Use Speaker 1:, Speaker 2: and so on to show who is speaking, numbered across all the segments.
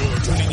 Speaker 1: tuning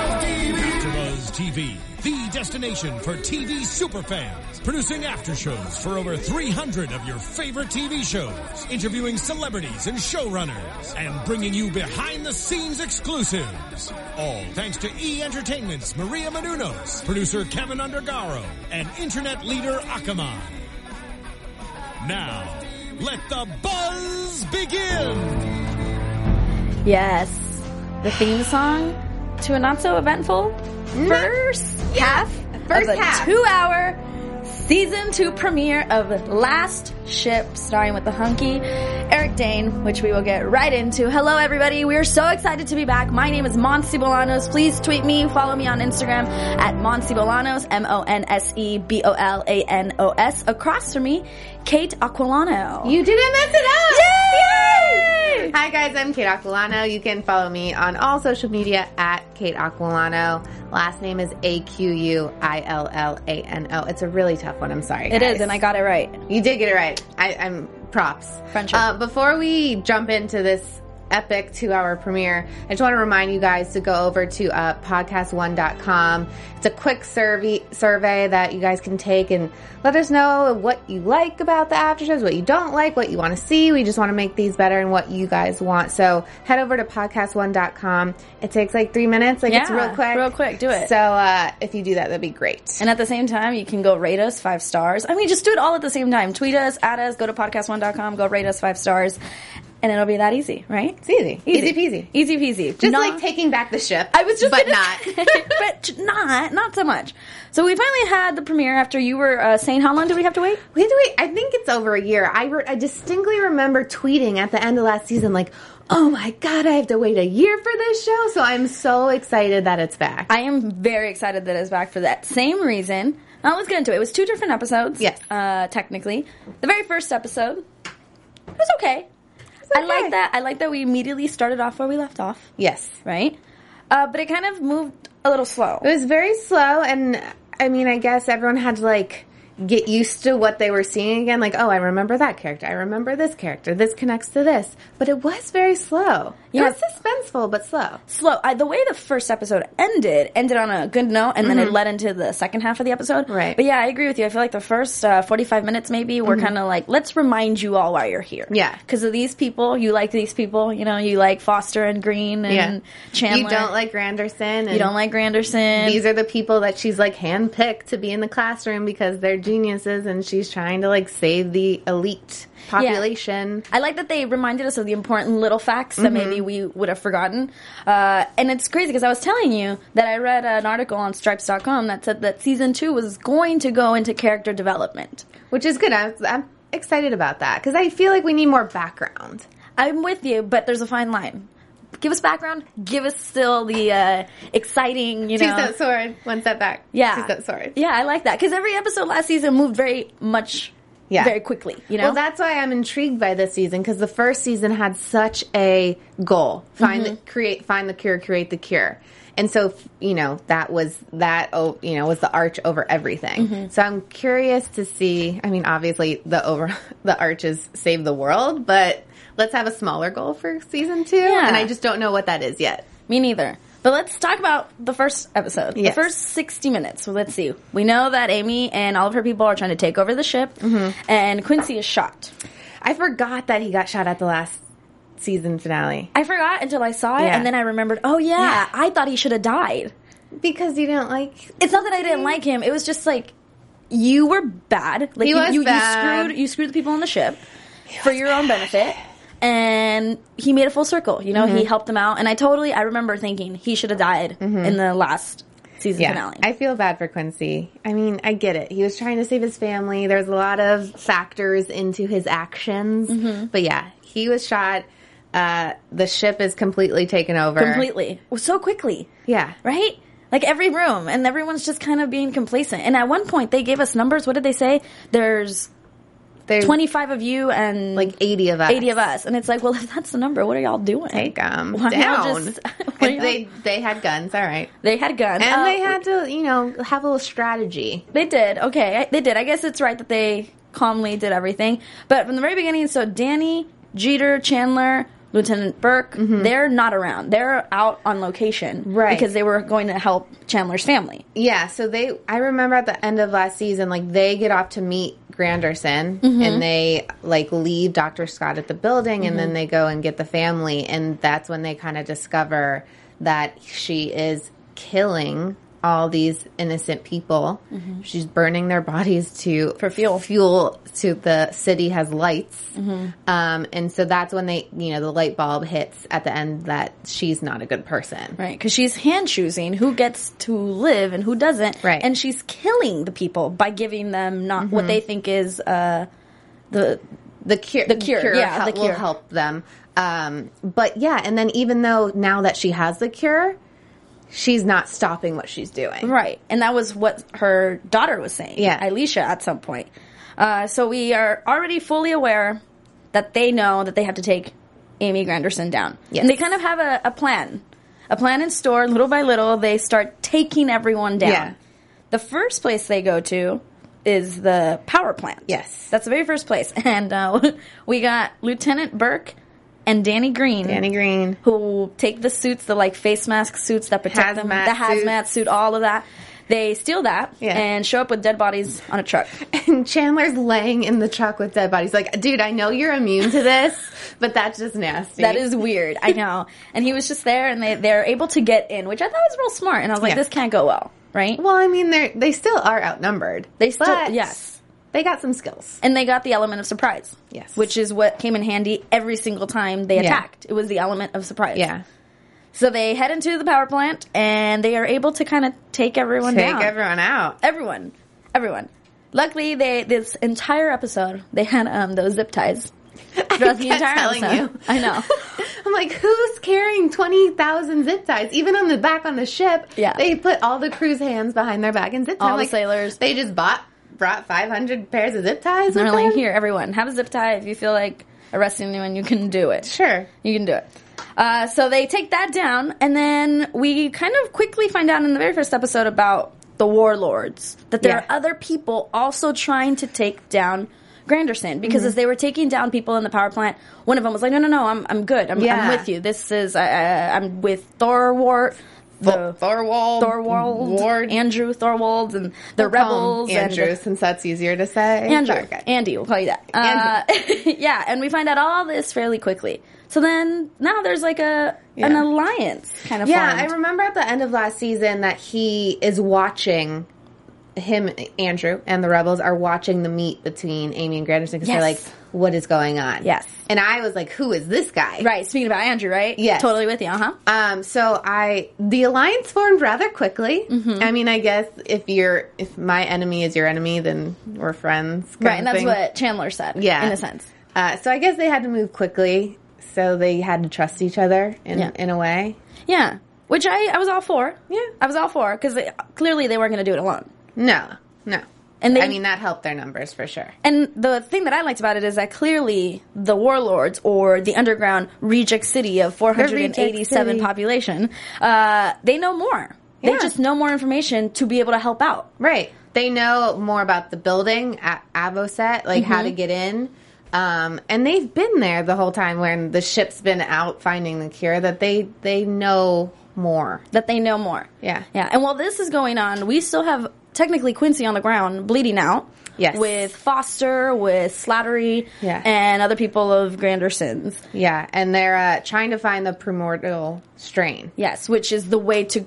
Speaker 1: AfterBuzz TV, the destination for TV superfans, producing aftershows for over 300 of your favorite TV shows, interviewing celebrities and showrunners, and bringing you behind-the-scenes exclusives. All thanks to E Entertainment's Maria Menounos, producer Kevin Undergaro, and internet leader Akamai. Now, let the buzz begin.
Speaker 2: Yes. The theme song to a not so eventful first half
Speaker 3: first
Speaker 2: of a
Speaker 3: half.
Speaker 2: two hour season two premiere of Last Ship, starring with the hunky Eric Dane, which we will get right into. Hello, everybody. We are so excited to be back. My name is Monsi Bolanos. Please tweet me, follow me on Instagram at Monsi Bolanos, M O N S E B O L A N O S. Across from me, Kate Aquilano.
Speaker 3: You didn't mess it up!
Speaker 2: Yay!
Speaker 3: Hi guys, I'm Kate Aquilano. You can follow me on all social media at Kate Aquilano. Last name is A Q U I L L A N O. It's a really tough one. I'm sorry.
Speaker 2: It
Speaker 3: guys.
Speaker 2: is, and I got it right.
Speaker 3: You did get it right. I, I'm props.
Speaker 2: Friendship.
Speaker 3: Uh, before we jump into this epic two hour premiere, I just want to remind you guys to go over to uh, podcast1.com. It's a quick survey, survey that you guys can take and let us know what you like about the after shows, what you don't like, what you want to see. We just want to make these better and what you guys want. So head over to podcast1.com. It takes like three minutes. Like it's
Speaker 2: Yeah,
Speaker 3: real quick.
Speaker 2: real quick. Do it.
Speaker 3: So uh, if you do that, that'd be great.
Speaker 2: And at the same time, you can go rate us five stars. I mean, just do it all at the same time. Tweet us, at us, go to podcast1.com, go rate us five stars, and it'll be that easy, right? It's
Speaker 3: easy. Easy peasy.
Speaker 2: Easy peasy.
Speaker 3: just
Speaker 2: Not-
Speaker 3: like taking back the ship.
Speaker 2: I was just
Speaker 3: but
Speaker 2: gonna-
Speaker 3: not.
Speaker 2: but not, not so much. So we finally had the premiere after you were uh, saying, how long do we have to wait?
Speaker 3: We had to wait. I think it's over a year. I, re- I distinctly remember tweeting at the end of last season, like, "Oh my god, I have to wait a year for this show." So I'm so excited that it's back.
Speaker 2: I am very excited that it's back for that same reason. Now let's get into it. It was two different episodes.
Speaker 3: Yes.
Speaker 2: Uh, technically. The very first episode, it was okay. I
Speaker 3: okay.
Speaker 2: like that. I like that we immediately started off where we left off.
Speaker 3: yes,
Speaker 2: right? Uh, but it kind of moved a little slow.
Speaker 3: it was very slow, and I mean, I guess everyone had to like get used to what they were seeing again. Like, oh, I remember that character. I remember this character. This connects to this. But it was very slow.
Speaker 2: Yeah.
Speaker 3: It was suspenseful, but slow.
Speaker 2: slow. I, the way the first episode ended ended on a good note, and then it led into the second half of the episode.
Speaker 3: Mm-hmm. Right. Mm-hmm.
Speaker 2: But yeah, I agree with you. I feel like the first uh, forty-five minutes maybe were kind of like let's remind you all why you're here.
Speaker 3: Yeah.
Speaker 2: Because of these people, you like these people. You know, you like Foster and Green and Chandler.
Speaker 3: you don't like Granderson. And
Speaker 2: You don't like Granderson.
Speaker 3: these are the people that she's like handpicked to be in the classroom because they're geniuses and she's trying to like save the elite population.
Speaker 2: I like that they reminded us of the important little facts that
Speaker 3: Mm-hmm.
Speaker 2: maybe we would have forgotten. Uh, and it's crazy because I was telling you that I read an article on Stripes.com that said that season two was going to go into character development.
Speaker 3: Which is good. I'm, I'm excited about that because I feel like we need more background.
Speaker 2: I'm with you, but there's a fine line. Give us background. Give us still the uh, exciting, you know.
Speaker 3: Two-step sword, one step back.
Speaker 2: yeah,
Speaker 3: Two-step sword.
Speaker 2: Yeah, I like that because every episode last season moved very much,
Speaker 3: Yeah.
Speaker 2: very quickly. You know,
Speaker 3: Well, that's why I'm intrigued by this season because the first season had such a goal: find the create, find the cure, create the cure. And so, f- you know, that was that. Oh, you know, was the arch over everything. So I'm curious to see. I mean, obviously, the over the arch is save the world, but let's have a smaller goal for season two.
Speaker 2: Yeah.
Speaker 3: And I just don't know what that is yet.
Speaker 2: Me neither. But let's talk about the first episode.
Speaker 3: Yes.
Speaker 2: The first 60 minutes. So let's see. We know that Amy and all of her people are trying to take over the ship, and Quincy is shot.
Speaker 3: I forgot that he got shot at the last season finale
Speaker 2: I forgot until I saw it,
Speaker 3: Yeah.
Speaker 2: and then I remembered, oh yeah,
Speaker 3: Yeah.
Speaker 2: I thought he should have died.
Speaker 3: because you didn't like
Speaker 2: It's not that I didn't like him, it was just like, you were bad. Like,
Speaker 3: He
Speaker 2: you,
Speaker 3: was
Speaker 2: you,
Speaker 3: bad.
Speaker 2: You, screwed, you screwed the people on the ship for your own benefit. And he made a full circle. You know, he helped them out. And I totally, I remember thinking he should have died in the last season finale.
Speaker 3: I feel bad for Quincy. I mean, I get it. He was trying to save his family. There's a lot of factors into his actions.
Speaker 2: Mm-hmm.
Speaker 3: But yeah, he was shot. Uh, the ship is completely taken over.
Speaker 2: completely so quickly
Speaker 3: Yeah.
Speaker 2: right like every room and everyone's just kind of being complacent and at one point they gave us numbers what did they say there's
Speaker 3: There's
Speaker 2: 25 of you and
Speaker 3: like 80 of us.
Speaker 2: 80 of us. And it's like, well, if that's the number, what are y'all doing?
Speaker 3: Take them
Speaker 2: Why y'all
Speaker 3: down.
Speaker 2: just-
Speaker 3: And
Speaker 2: why y'all-
Speaker 3: they they had guns. All right.
Speaker 2: They had guns.
Speaker 3: And
Speaker 2: Oh,
Speaker 3: they had to, you know, have a little strategy.
Speaker 2: They did. Okay, I- they did. I guess it's right that they calmly did everything. But from the very beginning, so Danny, Jeter, Chandler, Lieutenant Burke, they're not around. They're out on location,
Speaker 3: Mm-hmm. Right.
Speaker 2: Because they were going to help Chandler's family.
Speaker 3: Yeah, so they I remember at the end of last season, like they get off to meet Granderson
Speaker 2: Mm-hmm.
Speaker 3: and they like leave Dr. Scott at the building
Speaker 2: Mm-hmm.
Speaker 3: and then they go and get the family and that's when they kind of discover that she is killing all these innocent people. She's burning their bodies to
Speaker 2: Mm-hmm. For fuel. Mm-hmm.
Speaker 3: Fuel to the city has lights. Um, and so that's when they, you know, the light bulb hits at the end that she's not a good person.
Speaker 2: Right, because she's hand choosing who gets to live and who doesn't.
Speaker 3: Right.
Speaker 2: and she's killing the people by giving them not what they think is uh, the
Speaker 3: the cure
Speaker 2: The cure, yeah,
Speaker 3: hel-
Speaker 2: the cure.
Speaker 3: will help them um but yeah and then even though now that she has the cure she's not stopping what she's doing
Speaker 2: Right. And that was what her daughter was saying.
Speaker 3: Yeah.
Speaker 2: Alicia at some point. Uh, so we are already fully aware that they know that they have to take Amy Granderson down.
Speaker 3: Yes.
Speaker 2: And they kind of have a, a plan. A plan in store. Little by little, they start taking everyone down.
Speaker 3: Yeah.
Speaker 2: The first place they go to is the power plant.
Speaker 3: Yes.
Speaker 2: That's the very first place. And uh, we got Lieutenant Burke and Danny Green
Speaker 3: danny green
Speaker 2: who take the suits, the like face mask suits that protect them, the
Speaker 3: Hazmat suits.
Speaker 2: hazmat suit, all of that. They steal that
Speaker 3: Yeah.
Speaker 2: and show up with dead bodies on a truck.
Speaker 3: and chandler's laying in the truck with dead bodies like dude i know you're immune to this but that's just nasty
Speaker 2: That is weird. I know. And he was just there and they, they're able to get in, which I thought was real smart. And I was like,
Speaker 3: Yeah.
Speaker 2: this can't go well, right?
Speaker 3: well i mean they they still are outnumbered
Speaker 2: they still,
Speaker 3: but
Speaker 2: yes.
Speaker 3: they got some skills
Speaker 2: And they got the element of surprise.
Speaker 3: Yes.
Speaker 2: Which is what came in handy every single time they
Speaker 3: Yeah.
Speaker 2: attacked. It was the element of surprise. So they head into the power plant and they are able to kind of take everyone
Speaker 3: take
Speaker 2: down.
Speaker 3: everyone out
Speaker 2: everyone, everyone. Luckily, they this entire episode they had um those zip ties throughout the
Speaker 3: kept
Speaker 2: entire
Speaker 3: telling
Speaker 2: episode.
Speaker 3: you.
Speaker 2: I know.
Speaker 3: I'm like, who's carrying 20,000 zip ties? Even on the back on the ship,
Speaker 2: Yeah.
Speaker 3: they put all the crew's hands behind their back and zip ties.
Speaker 2: All
Speaker 3: I'm
Speaker 2: the
Speaker 3: like,
Speaker 2: sailors.
Speaker 3: They just bought, brought 500 pairs of zip ties.
Speaker 2: They're
Speaker 3: with
Speaker 2: like,
Speaker 3: them?
Speaker 2: here, everyone, have a zip tie. If you feel like arresting anyone, you can do it.
Speaker 3: Sure.
Speaker 2: you can do it. Uh, so they take that down, and then we kind of quickly find out in the very first episode about the warlords that there
Speaker 3: Yeah.
Speaker 2: are other people also trying to take down Granderson
Speaker 3: Mm-hmm.
Speaker 2: because as they were taking down people in the power plant, one of them was like, "No, no, no, I'm I'm good. I'm, I'm
Speaker 3: Yeah.
Speaker 2: with you. This is I, I, I'm with Thorwart."
Speaker 3: Th- Thorwald.
Speaker 2: Thorwald,
Speaker 3: Ward.
Speaker 2: Andrew Thorwald, and the
Speaker 3: We'll call
Speaker 2: rebels,
Speaker 3: him Andrew,
Speaker 2: and
Speaker 3: since that's easier to say.
Speaker 2: Andrew,
Speaker 3: Sorry, guys.
Speaker 2: Andy, we'll call you that. Uh, yeah, and we find out all this fairly quickly. So then now there's like a an
Speaker 3: Yeah.
Speaker 2: alliance kind of
Speaker 3: Yeah,
Speaker 2: formed.
Speaker 3: I remember at the end of last season that he is watching him, Andrew, and the rebels are watching the meet between Amy and Granderson because
Speaker 2: Yes.
Speaker 3: they're like, what is going on?
Speaker 2: Yes.
Speaker 3: And I was like, who is this guy?
Speaker 2: right. Speaking about Andrew, right?
Speaker 3: Yes.
Speaker 2: totally with you. Uh huh.
Speaker 3: Um, so I the alliance formed rather quickly.
Speaker 2: Mm-hmm.
Speaker 3: I mean, I guess if you're if my enemy is your enemy, then we're friends. kind
Speaker 2: Right, and
Speaker 3: of
Speaker 2: that's
Speaker 3: thing.
Speaker 2: what Chandler said.
Speaker 3: Yeah,
Speaker 2: in a sense.
Speaker 3: Uh, so I guess they had to move quickly. So they had to trust each other in
Speaker 2: Yeah.
Speaker 3: in a way.
Speaker 2: Yeah, which I I was all for.
Speaker 3: Yeah.
Speaker 2: I was all for because clearly they weren't going to do it alone.
Speaker 3: No, no.
Speaker 2: And they-
Speaker 3: I mean, that helped their numbers for sure.
Speaker 2: And the thing that I liked about it is that clearly the warlords or the underground reject city of
Speaker 3: reject
Speaker 2: 487
Speaker 3: city.
Speaker 2: population, uh, they know more. They
Speaker 3: Yeah.
Speaker 2: just know more information to be able to help out.
Speaker 3: Right. They know more about the building at Avoset, like how
Speaker 2: Mm-hmm.
Speaker 3: to get in. Um, and they've been there the whole time when the ship's been out finding the cure that they they know more.
Speaker 2: That they know more.
Speaker 3: Yeah.
Speaker 2: Yeah. And while this is going on, we still have technically Quincy on the ground bleeding out.
Speaker 3: Yes.
Speaker 2: With Foster, with Slattery,
Speaker 3: Yeah.
Speaker 2: and other people of Granderson's.
Speaker 3: Yeah, and they're uh, trying to find the primordial strain.
Speaker 2: Yes, which is the way to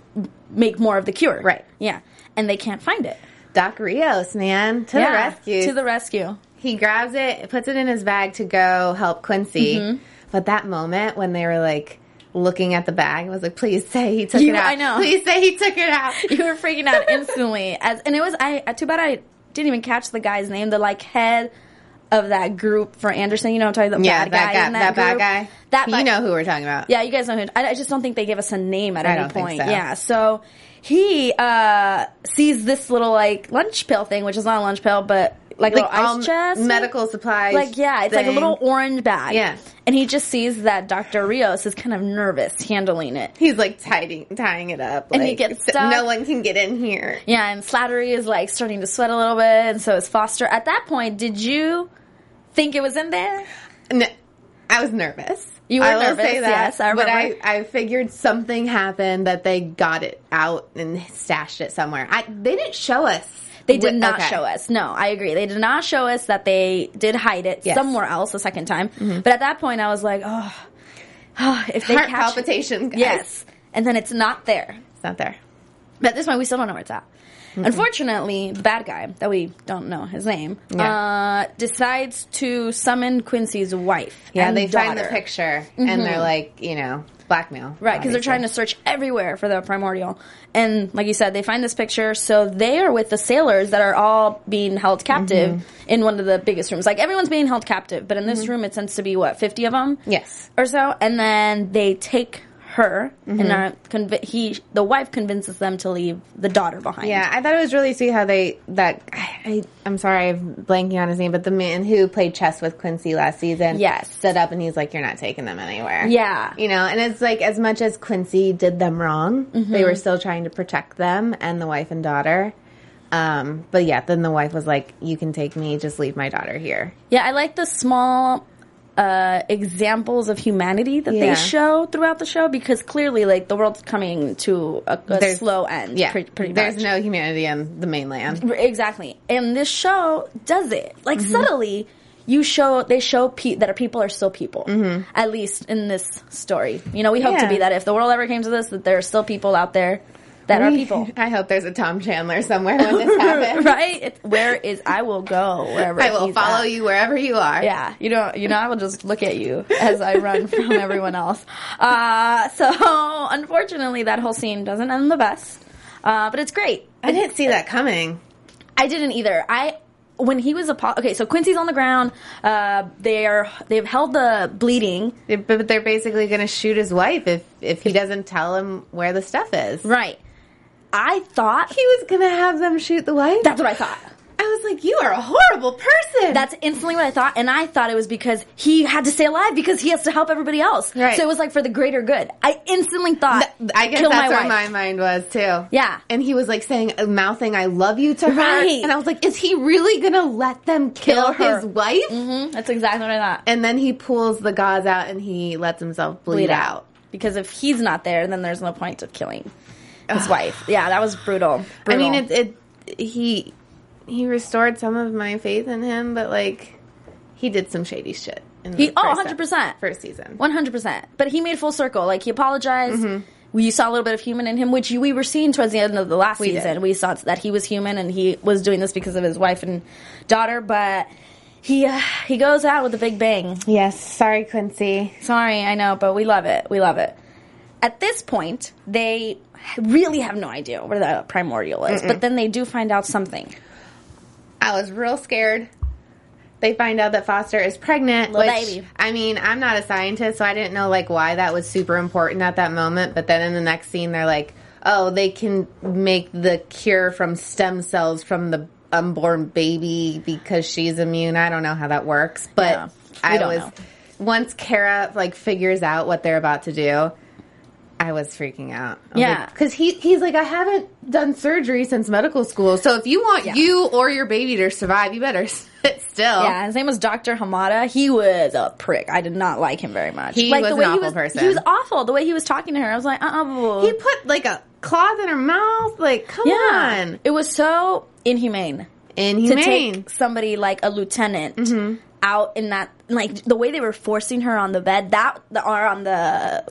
Speaker 2: make more of the cure.
Speaker 3: Right.
Speaker 2: Yeah. And they can't find it.
Speaker 3: Doc Rios, man, to
Speaker 2: yeah.
Speaker 3: the rescue.
Speaker 2: To the rescue.
Speaker 3: he grabs it, puts it in his bag to go help Quincy.
Speaker 2: Mm-hmm.
Speaker 3: But that moment when they were like looking at the bag, I was like, please say he took
Speaker 2: You-
Speaker 3: it out.
Speaker 2: I know.
Speaker 3: Please say he took it out.
Speaker 2: you were freaking out instantly as and it was i too bad i didn't even catch the guy's name the like head of that group for anderson you know what i'm talking about
Speaker 3: yeah,
Speaker 2: bad
Speaker 3: that
Speaker 2: guy
Speaker 3: guy,
Speaker 2: in
Speaker 3: that,
Speaker 2: that,
Speaker 3: bad
Speaker 2: group.
Speaker 3: guy.
Speaker 2: that
Speaker 3: you
Speaker 2: bad-
Speaker 3: know who we're talking about.
Speaker 2: yeah you guys know who I, I just don't think they gave us a name at
Speaker 3: I
Speaker 2: any
Speaker 3: don't think
Speaker 2: point
Speaker 3: so.
Speaker 2: yeah so he uh sees this little like lunch pill thing which is not a lunch pill but like,
Speaker 3: Little
Speaker 2: little ice
Speaker 3: all
Speaker 2: chest,
Speaker 3: medical supplies.
Speaker 2: Like yeah, it's like a
Speaker 3: thing.
Speaker 2: little orange bag.
Speaker 3: Yeah.
Speaker 2: and he just sees that Doctor Rios is kind of nervous handling it.
Speaker 3: He's like tying tying it up,
Speaker 2: And he
Speaker 3: like,
Speaker 2: gets
Speaker 3: so No
Speaker 2: stuck.
Speaker 3: one can get in here.
Speaker 2: Yeah, and Slattery is like starting to sweat a little bit, and so is Foster. At that point, did you think it was in there?
Speaker 3: No, I was nervous.
Speaker 2: You were
Speaker 3: I will
Speaker 2: nervous,
Speaker 3: say that,
Speaker 2: yes, I remember.
Speaker 3: But I, I figured something happened that they got it out and stashed it somewhere. I, they didn't show us.
Speaker 2: They did
Speaker 3: wh-
Speaker 2: not
Speaker 3: okay.
Speaker 2: show us. No, I agree. They did not show us that they did hide it
Speaker 3: Yes. Mm-hmm.
Speaker 2: somewhere else the second time. But at that point, I was like, oh, oh, if they
Speaker 3: Heart
Speaker 2: catch
Speaker 3: palpitations. guys.
Speaker 2: yes, and then it's not there.
Speaker 3: it's not there.
Speaker 2: But at this point, we still don't know where it's at.
Speaker 3: Mm-hmm.
Speaker 2: Unfortunately, the bad guy that we don't know his name
Speaker 3: Yeah.
Speaker 2: uh, decides to summon Quincy's wife.
Speaker 3: Yeah,
Speaker 2: and
Speaker 3: they find the
Speaker 2: daughter. Mm-hmm.
Speaker 3: picture and they're like, you know, blackmail.
Speaker 2: Right, because they're trying to search everywhere for the primordial. And like you said, they find this picture, so they are with the sailors that are all being held captive
Speaker 3: Mm-hmm.
Speaker 2: in one of the biggest rooms. Like everyone's being held captive, but in this room it tends to be what fifty of them,
Speaker 3: Yes. Mm-hmm.
Speaker 2: or so. And then they take her, and are conv- he the wife convinces them to leave the daughter behind.
Speaker 3: Yeah, I thought it was really sweet how they that I, I am sorry I'm blanking on his name, but the man who played chess with Quincy last season,
Speaker 2: Yes.
Speaker 3: stood up and he's like, "You're not taking them anywhere."
Speaker 2: Yeah.
Speaker 3: you know, and it's like as much as Quincy did them wrong,
Speaker 2: Mm-hmm.
Speaker 3: they were still trying to protect them and the wife and daughter. Um, but yeah, then the wife was like, "You can take me, just leave my daughter here."
Speaker 2: Yeah, I like the small uh, examples of humanity that
Speaker 3: Yeah.
Speaker 2: they show throughout the show because clearly, like, the world's coming to a, a
Speaker 3: There's-
Speaker 2: slow end.
Speaker 3: Yeah,
Speaker 2: pre- pretty
Speaker 3: there's
Speaker 2: much.
Speaker 3: no humanity on the mainland.
Speaker 2: exactly, and this show does it like
Speaker 3: Mm-hmm.
Speaker 2: subtly. You show they show pe- that people are still people, at least in this story. You know, we hope to
Speaker 3: Mm-hmm. Yeah.
Speaker 2: be that if the world ever came to this, that there are still people out there that are people.
Speaker 3: I hope there's a Tom Chandler somewhere when this happens.
Speaker 2: Right? It's, where is I will go wherever
Speaker 3: I will
Speaker 2: he's
Speaker 3: follow
Speaker 2: at.
Speaker 3: you wherever you are.
Speaker 2: Yeah, you know, you know, I will just look at you as I run from everyone else. Uh, so unfortunately, that whole scene doesn't end the best, uh, but it's great.
Speaker 3: I didn't see that coming.
Speaker 2: I didn't either. I when he was a apo- okay, so Quincy's on the ground. Uh, they are they've held the bleeding
Speaker 3: Yeah, But but they're basically going to shoot his wife if if he doesn't tell him where the stuff is.
Speaker 2: right. I thought
Speaker 3: He was going to have them shoot the wife.
Speaker 2: that's what I thought.
Speaker 3: I was like, you are a horrible person.
Speaker 2: That's instantly what I thought, and I thought it was because he had to stay alive because he has to help everybody else.
Speaker 3: Right.
Speaker 2: So it was like for the greater good. I instantly thought,
Speaker 3: Th- I guess
Speaker 2: kill
Speaker 3: that's
Speaker 2: my
Speaker 3: where
Speaker 2: wife.
Speaker 3: my mind was too.
Speaker 2: Yeah.
Speaker 3: and he was like saying, uh, mouthing, "I love you" to her,
Speaker 2: Right.
Speaker 3: and I was like, "Is he really gonna let them
Speaker 2: Kill
Speaker 3: kill,
Speaker 2: her.
Speaker 3: his wife?"
Speaker 2: Mhm, that's exactly what I thought.
Speaker 3: And then he pulls the gauze out and he lets himself bleed,
Speaker 2: bleed
Speaker 3: out.
Speaker 2: out. Because if he's not there, then there's no point of killing his wife. Yeah, that was brutal.
Speaker 3: I
Speaker 2: Brutal.
Speaker 3: mean, it, it he he restored some of my faith in him, but like he did some shady shit. In
Speaker 2: He-
Speaker 3: the
Speaker 2: oh,
Speaker 3: first
Speaker 2: 100%.
Speaker 3: first season.
Speaker 2: 100%. But he made full circle. Like, he apologized. We saw a little bit of human in him, which we were seeing towards the end of the last
Speaker 3: did.
Speaker 2: season. We saw that he was human and he was doing this because of his wife and daughter, but he uh, he goes out with a big bang.
Speaker 3: Yes, sorry, Quincy.
Speaker 2: Sorry, I know, but we love it. We love it. At this point, they really have no idea where the primordial is, but then they do find out something.
Speaker 3: I was real scared. They find out that Foster is pregnant.
Speaker 2: Little
Speaker 3: which,
Speaker 2: baby.
Speaker 3: I mean, I'm not a scientist, so I didn't know like why that was super important at that moment. But then in the next scene, they're like, "Oh, they can make the cure from stem cells from the unborn baby because she's immune." I don't know how that works, but
Speaker 2: Yeah, we
Speaker 3: I
Speaker 2: don't
Speaker 3: was
Speaker 2: know.
Speaker 3: once Kara like figures out what they're about to do. I was freaking out.
Speaker 2: Yeah.
Speaker 3: because he he's like, I haven't done surgery since medical school. So if you want
Speaker 2: Yeah.
Speaker 3: you or your baby to survive, you better sit still.
Speaker 2: Yeah, his name was Dr. Hamada. He was a prick. I did not like him very much.
Speaker 3: He
Speaker 2: like,
Speaker 3: was
Speaker 2: the way
Speaker 3: an
Speaker 2: he
Speaker 3: awful
Speaker 2: was,
Speaker 3: person.
Speaker 2: He was awful. The way he was talking to her, I was like, uh uh
Speaker 3: He put like a cloth in her mouth. Like, come on,
Speaker 2: It was so inhumane to
Speaker 3: inhumane. Mm-hmm.
Speaker 2: take somebody like a lieutenant out in that, like the way they were forcing her on the bed, that, the or on the,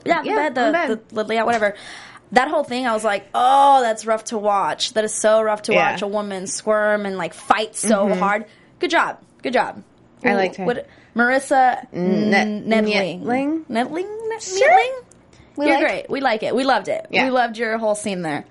Speaker 2: yeah, the
Speaker 3: Yeah,
Speaker 2: bed, the,
Speaker 3: on bed.
Speaker 2: the, the layout, whatever. That whole thing, I was like, oh, that's rough to watch. That is so rough to
Speaker 3: Yeah. Mm-hmm.
Speaker 2: watch a woman squirm and like fight so hard. Good job. Good job.
Speaker 3: I
Speaker 2: Ooh,
Speaker 3: liked her.
Speaker 2: What, Marissa
Speaker 3: Net-
Speaker 2: Nedling.
Speaker 3: Netling?
Speaker 2: Netling? Net-
Speaker 3: Sure.
Speaker 2: Netling?
Speaker 3: We
Speaker 2: You're
Speaker 3: like-
Speaker 2: great. We like it. We loved it.
Speaker 3: Yeah.
Speaker 2: We loved your whole scene there.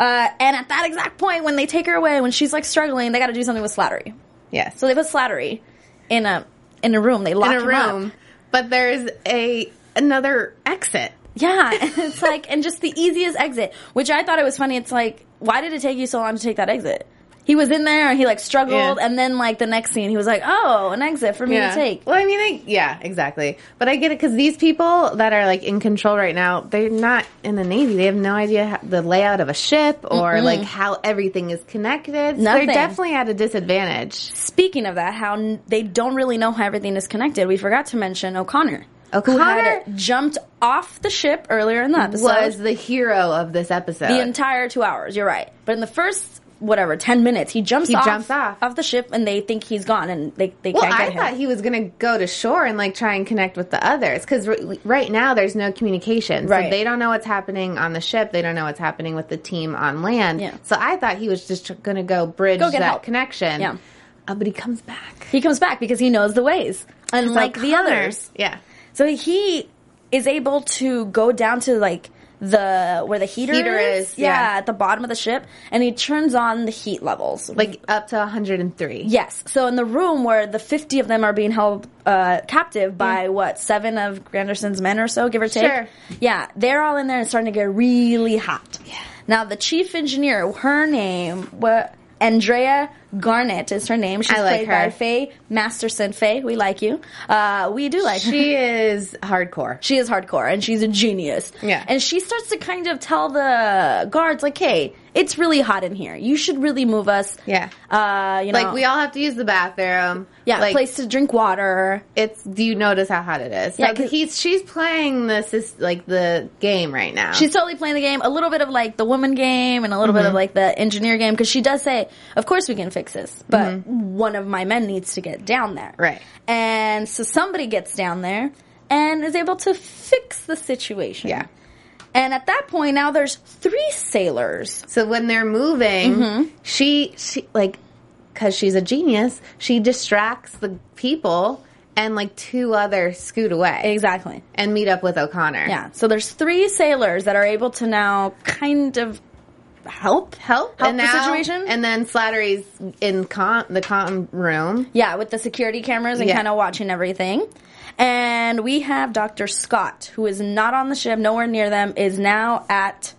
Speaker 2: Uh, and at that exact point, when they take her away, when she's like struggling, they got to do something with Slattery.
Speaker 3: Yes,
Speaker 2: So they put Slattery in a in a room. They lock
Speaker 3: in a
Speaker 2: him
Speaker 3: room,
Speaker 2: up.
Speaker 3: but there's a another exit.
Speaker 2: Yeah, and it's like and just the easiest exit, which I thought it was funny. It's like, why did it take you so long to take that exit? he was in there and he like struggled,
Speaker 3: Yeah.
Speaker 2: and then like the next scene, he was like, "Oh, an exit for me to
Speaker 3: yeah.
Speaker 2: take."
Speaker 3: Well, I mean, I, yeah, exactly. But I get it because these people that are like in control right now, they're not in the Navy. They have no idea how, the layout of a ship or like how everything is connected. So
Speaker 2: Nothing.
Speaker 3: They're definitely at a disadvantage.
Speaker 2: Speaking of that, how n- they don't really know how everything is connected. We forgot to mention O'Connor. who
Speaker 3: O'Connor-
Speaker 2: had jumped off the ship earlier in the episode.
Speaker 3: Was the hero of this episode?
Speaker 2: the entire two hours. You're right. But in the first whatever ten minutes, he jumps
Speaker 3: He
Speaker 2: off
Speaker 3: jumps off.
Speaker 2: the ship, and they think he's gone, and they they
Speaker 3: well,
Speaker 2: can't
Speaker 3: I
Speaker 2: get him.
Speaker 3: thought he was going to go to shore and like try and connect with the others because right now there's no communication.
Speaker 2: Right.
Speaker 3: So they don't know what's happening on the ship. They don't know what's happening with the team on land.
Speaker 2: Yeah.
Speaker 3: So I thought he was just going to go bridge
Speaker 2: Go get
Speaker 3: that
Speaker 2: help.
Speaker 3: connection.
Speaker 2: Yeah.
Speaker 3: Uh, but he comes back.
Speaker 2: he comes back because he knows the ways, unlike the
Speaker 3: O'Connor.
Speaker 2: others.
Speaker 3: Yeah.
Speaker 2: So he is able to go down to like the where the heater,
Speaker 3: Heater is, yeah.
Speaker 2: at the bottom of the ship, and he turns on the heat levels.
Speaker 3: Like up to 103.
Speaker 2: yes, so in the room where the fifty of them are being held uh, captive by what seven of Granderson's men or so, give or take.
Speaker 3: Mm. Sure.
Speaker 2: Yeah, they're all in there and starting to get really hot. Yeah. Now the chief engineer, her name what. Andrea Garnett is her name. She's
Speaker 3: I like
Speaker 2: played
Speaker 3: her.
Speaker 2: by Faye Masterson. Faye, we like you. Uh, we do like her.
Speaker 3: She is hardcore.
Speaker 2: She is hardcore and she's a genius.
Speaker 3: Yeah.
Speaker 2: And she starts to kind of tell the guards, like, hey, it's really hot in here. You should really move us.
Speaker 3: Yeah.
Speaker 2: Uh, you know,
Speaker 3: Like we all have to use the bathroom.
Speaker 2: yeah,
Speaker 3: Like,
Speaker 2: place to drink water.
Speaker 3: It's. Do you notice how hot it is?
Speaker 2: Yeah,
Speaker 3: Like,
Speaker 2: 'cause-
Speaker 3: he's. She's playing the sys- like the game right now.
Speaker 2: She's totally playing the game, a little bit of like the woman game and a little
Speaker 3: Mm-hmm.
Speaker 2: bit of like the engineer game because she does say, of course we can fix this, but one of my men needs to get down there.
Speaker 3: Mm-hmm. Right.
Speaker 2: And so somebody gets down there and is able to fix the situation.
Speaker 3: Yeah.
Speaker 2: And at that point, now there's three sailors
Speaker 3: So when they're moving,
Speaker 2: Mm-hmm.
Speaker 3: she she like cuz she's a genius, she distracts the people and like two others scoot away
Speaker 2: Exactly.
Speaker 3: and meet up with O'Connor.
Speaker 2: Yeah. So there's three sailors that are able to now kind of help
Speaker 3: Help,
Speaker 2: help
Speaker 3: and
Speaker 2: the
Speaker 3: now-
Speaker 2: situation.
Speaker 3: And then Slattery's in con- the con room.
Speaker 2: yeah, with the security cameras and
Speaker 3: Yeah.
Speaker 2: kind of watching everything. And we have Dr. Scott, who is not on the ship, nowhere near them, is now at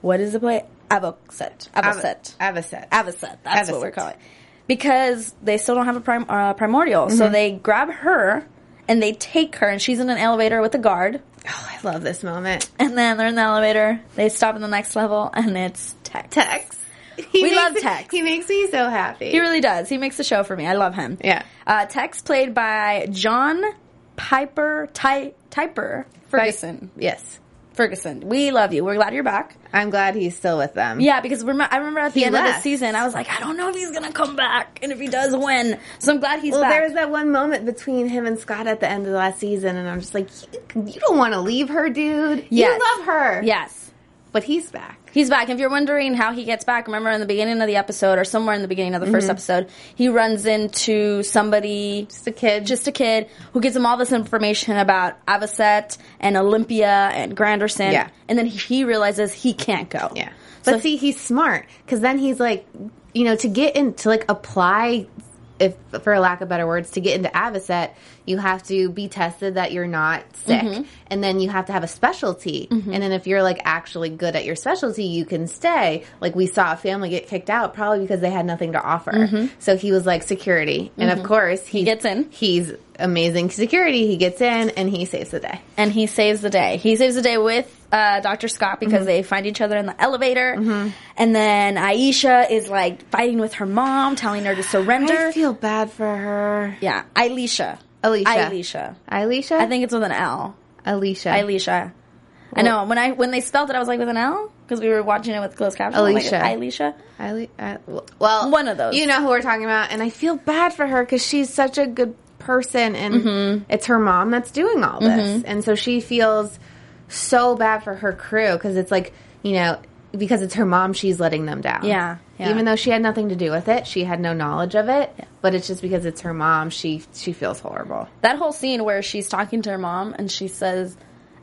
Speaker 2: what is the play? Avocet. Avocet.
Speaker 3: Avocet.
Speaker 2: Avocet. That's what
Speaker 3: Avocet.
Speaker 2: we're calling. it. Because they still don't have a prim- uh, primordial,
Speaker 3: Mm-hmm.
Speaker 2: so they grab her and they take her, and she's in an elevator with a guard.
Speaker 3: Oh, I love this moment.
Speaker 2: And then they're in the elevator. They stop in the next level, and it's Tex.
Speaker 3: Tex. He
Speaker 2: We
Speaker 3: makes-
Speaker 2: love Tex.
Speaker 3: He makes me so happy.
Speaker 2: He really does. He makes the show for me. I love him.
Speaker 3: Yeah.
Speaker 2: Uh, Tex played by John Piper Ty- Typer Ferguson.
Speaker 3: yes.
Speaker 2: Ferguson. We love you. We're glad you're back.
Speaker 3: I'm glad he's still with them.
Speaker 2: Yeah, because rem- I remember at the
Speaker 3: He
Speaker 2: end of the
Speaker 3: left.
Speaker 2: season, I was like, I don't know if he's gonna come back, and if he does, when. So I'm glad he's
Speaker 3: Well,
Speaker 2: back.
Speaker 3: there was that one moment between him and Scott at the end of the last season, and I'm just like, you, you don't want to leave her, dude.
Speaker 2: Yes.
Speaker 3: You love her.
Speaker 2: yes.
Speaker 3: But he's back.
Speaker 2: He's back. If you're wondering how he gets back, remember in the beginning of the episode, or somewhere in the beginning of the first episode, he runs into somebody
Speaker 3: Mm-hmm. Just a kid.
Speaker 2: just a kid who gives him all this information about Avocet and Olympia and Granderson.
Speaker 3: Yeah.
Speaker 2: And then he realizes he can't go.
Speaker 3: yeah. But
Speaker 2: So
Speaker 3: see, he's smart because then he's like, you know, to get in to like apply, if for lack of better words, to get into Avocet, you have to be tested that you're not sick, and then you have to have a specialty, and then if you're like actually good at your specialty, you can stay. Like we saw a family get kicked out probably because they had nothing to offer. So he was like security, and of course Mm-hmm. he
Speaker 2: gets in.
Speaker 3: He's amazing security. He gets in and he saves the day.
Speaker 2: and he saves the day. He saves the day with uh, Dr. Scott
Speaker 3: Mm-hmm.
Speaker 2: because they find each other in the elevator. And then Aisha is like fighting with her mom, telling her to surrender.
Speaker 3: I feel bad for her.
Speaker 2: yeah. Elisha.
Speaker 3: Alicia.
Speaker 2: Elisha.
Speaker 3: Alicia?
Speaker 2: I think it's with an L.
Speaker 3: Alicia.
Speaker 2: Elisha. I know when I when they spelled it, I was like with an L because we were watching it with closed captions.
Speaker 3: Alicia.
Speaker 2: i Elisha.
Speaker 3: I, li- I, well,
Speaker 2: One of those.
Speaker 3: You know who we're talking about, and I feel bad for her because she's such a good person, and it's her mom that's doing all this, and so she feels so bad for her crew because it's like you know because it's her mom, she's letting them down.
Speaker 2: Yeah, yeah.
Speaker 3: Even though she had nothing to do with it, she had no knowledge of it, but it's just because it's her mom, she she feels horrible.
Speaker 2: That whole scene where she's talking to her mom and she says,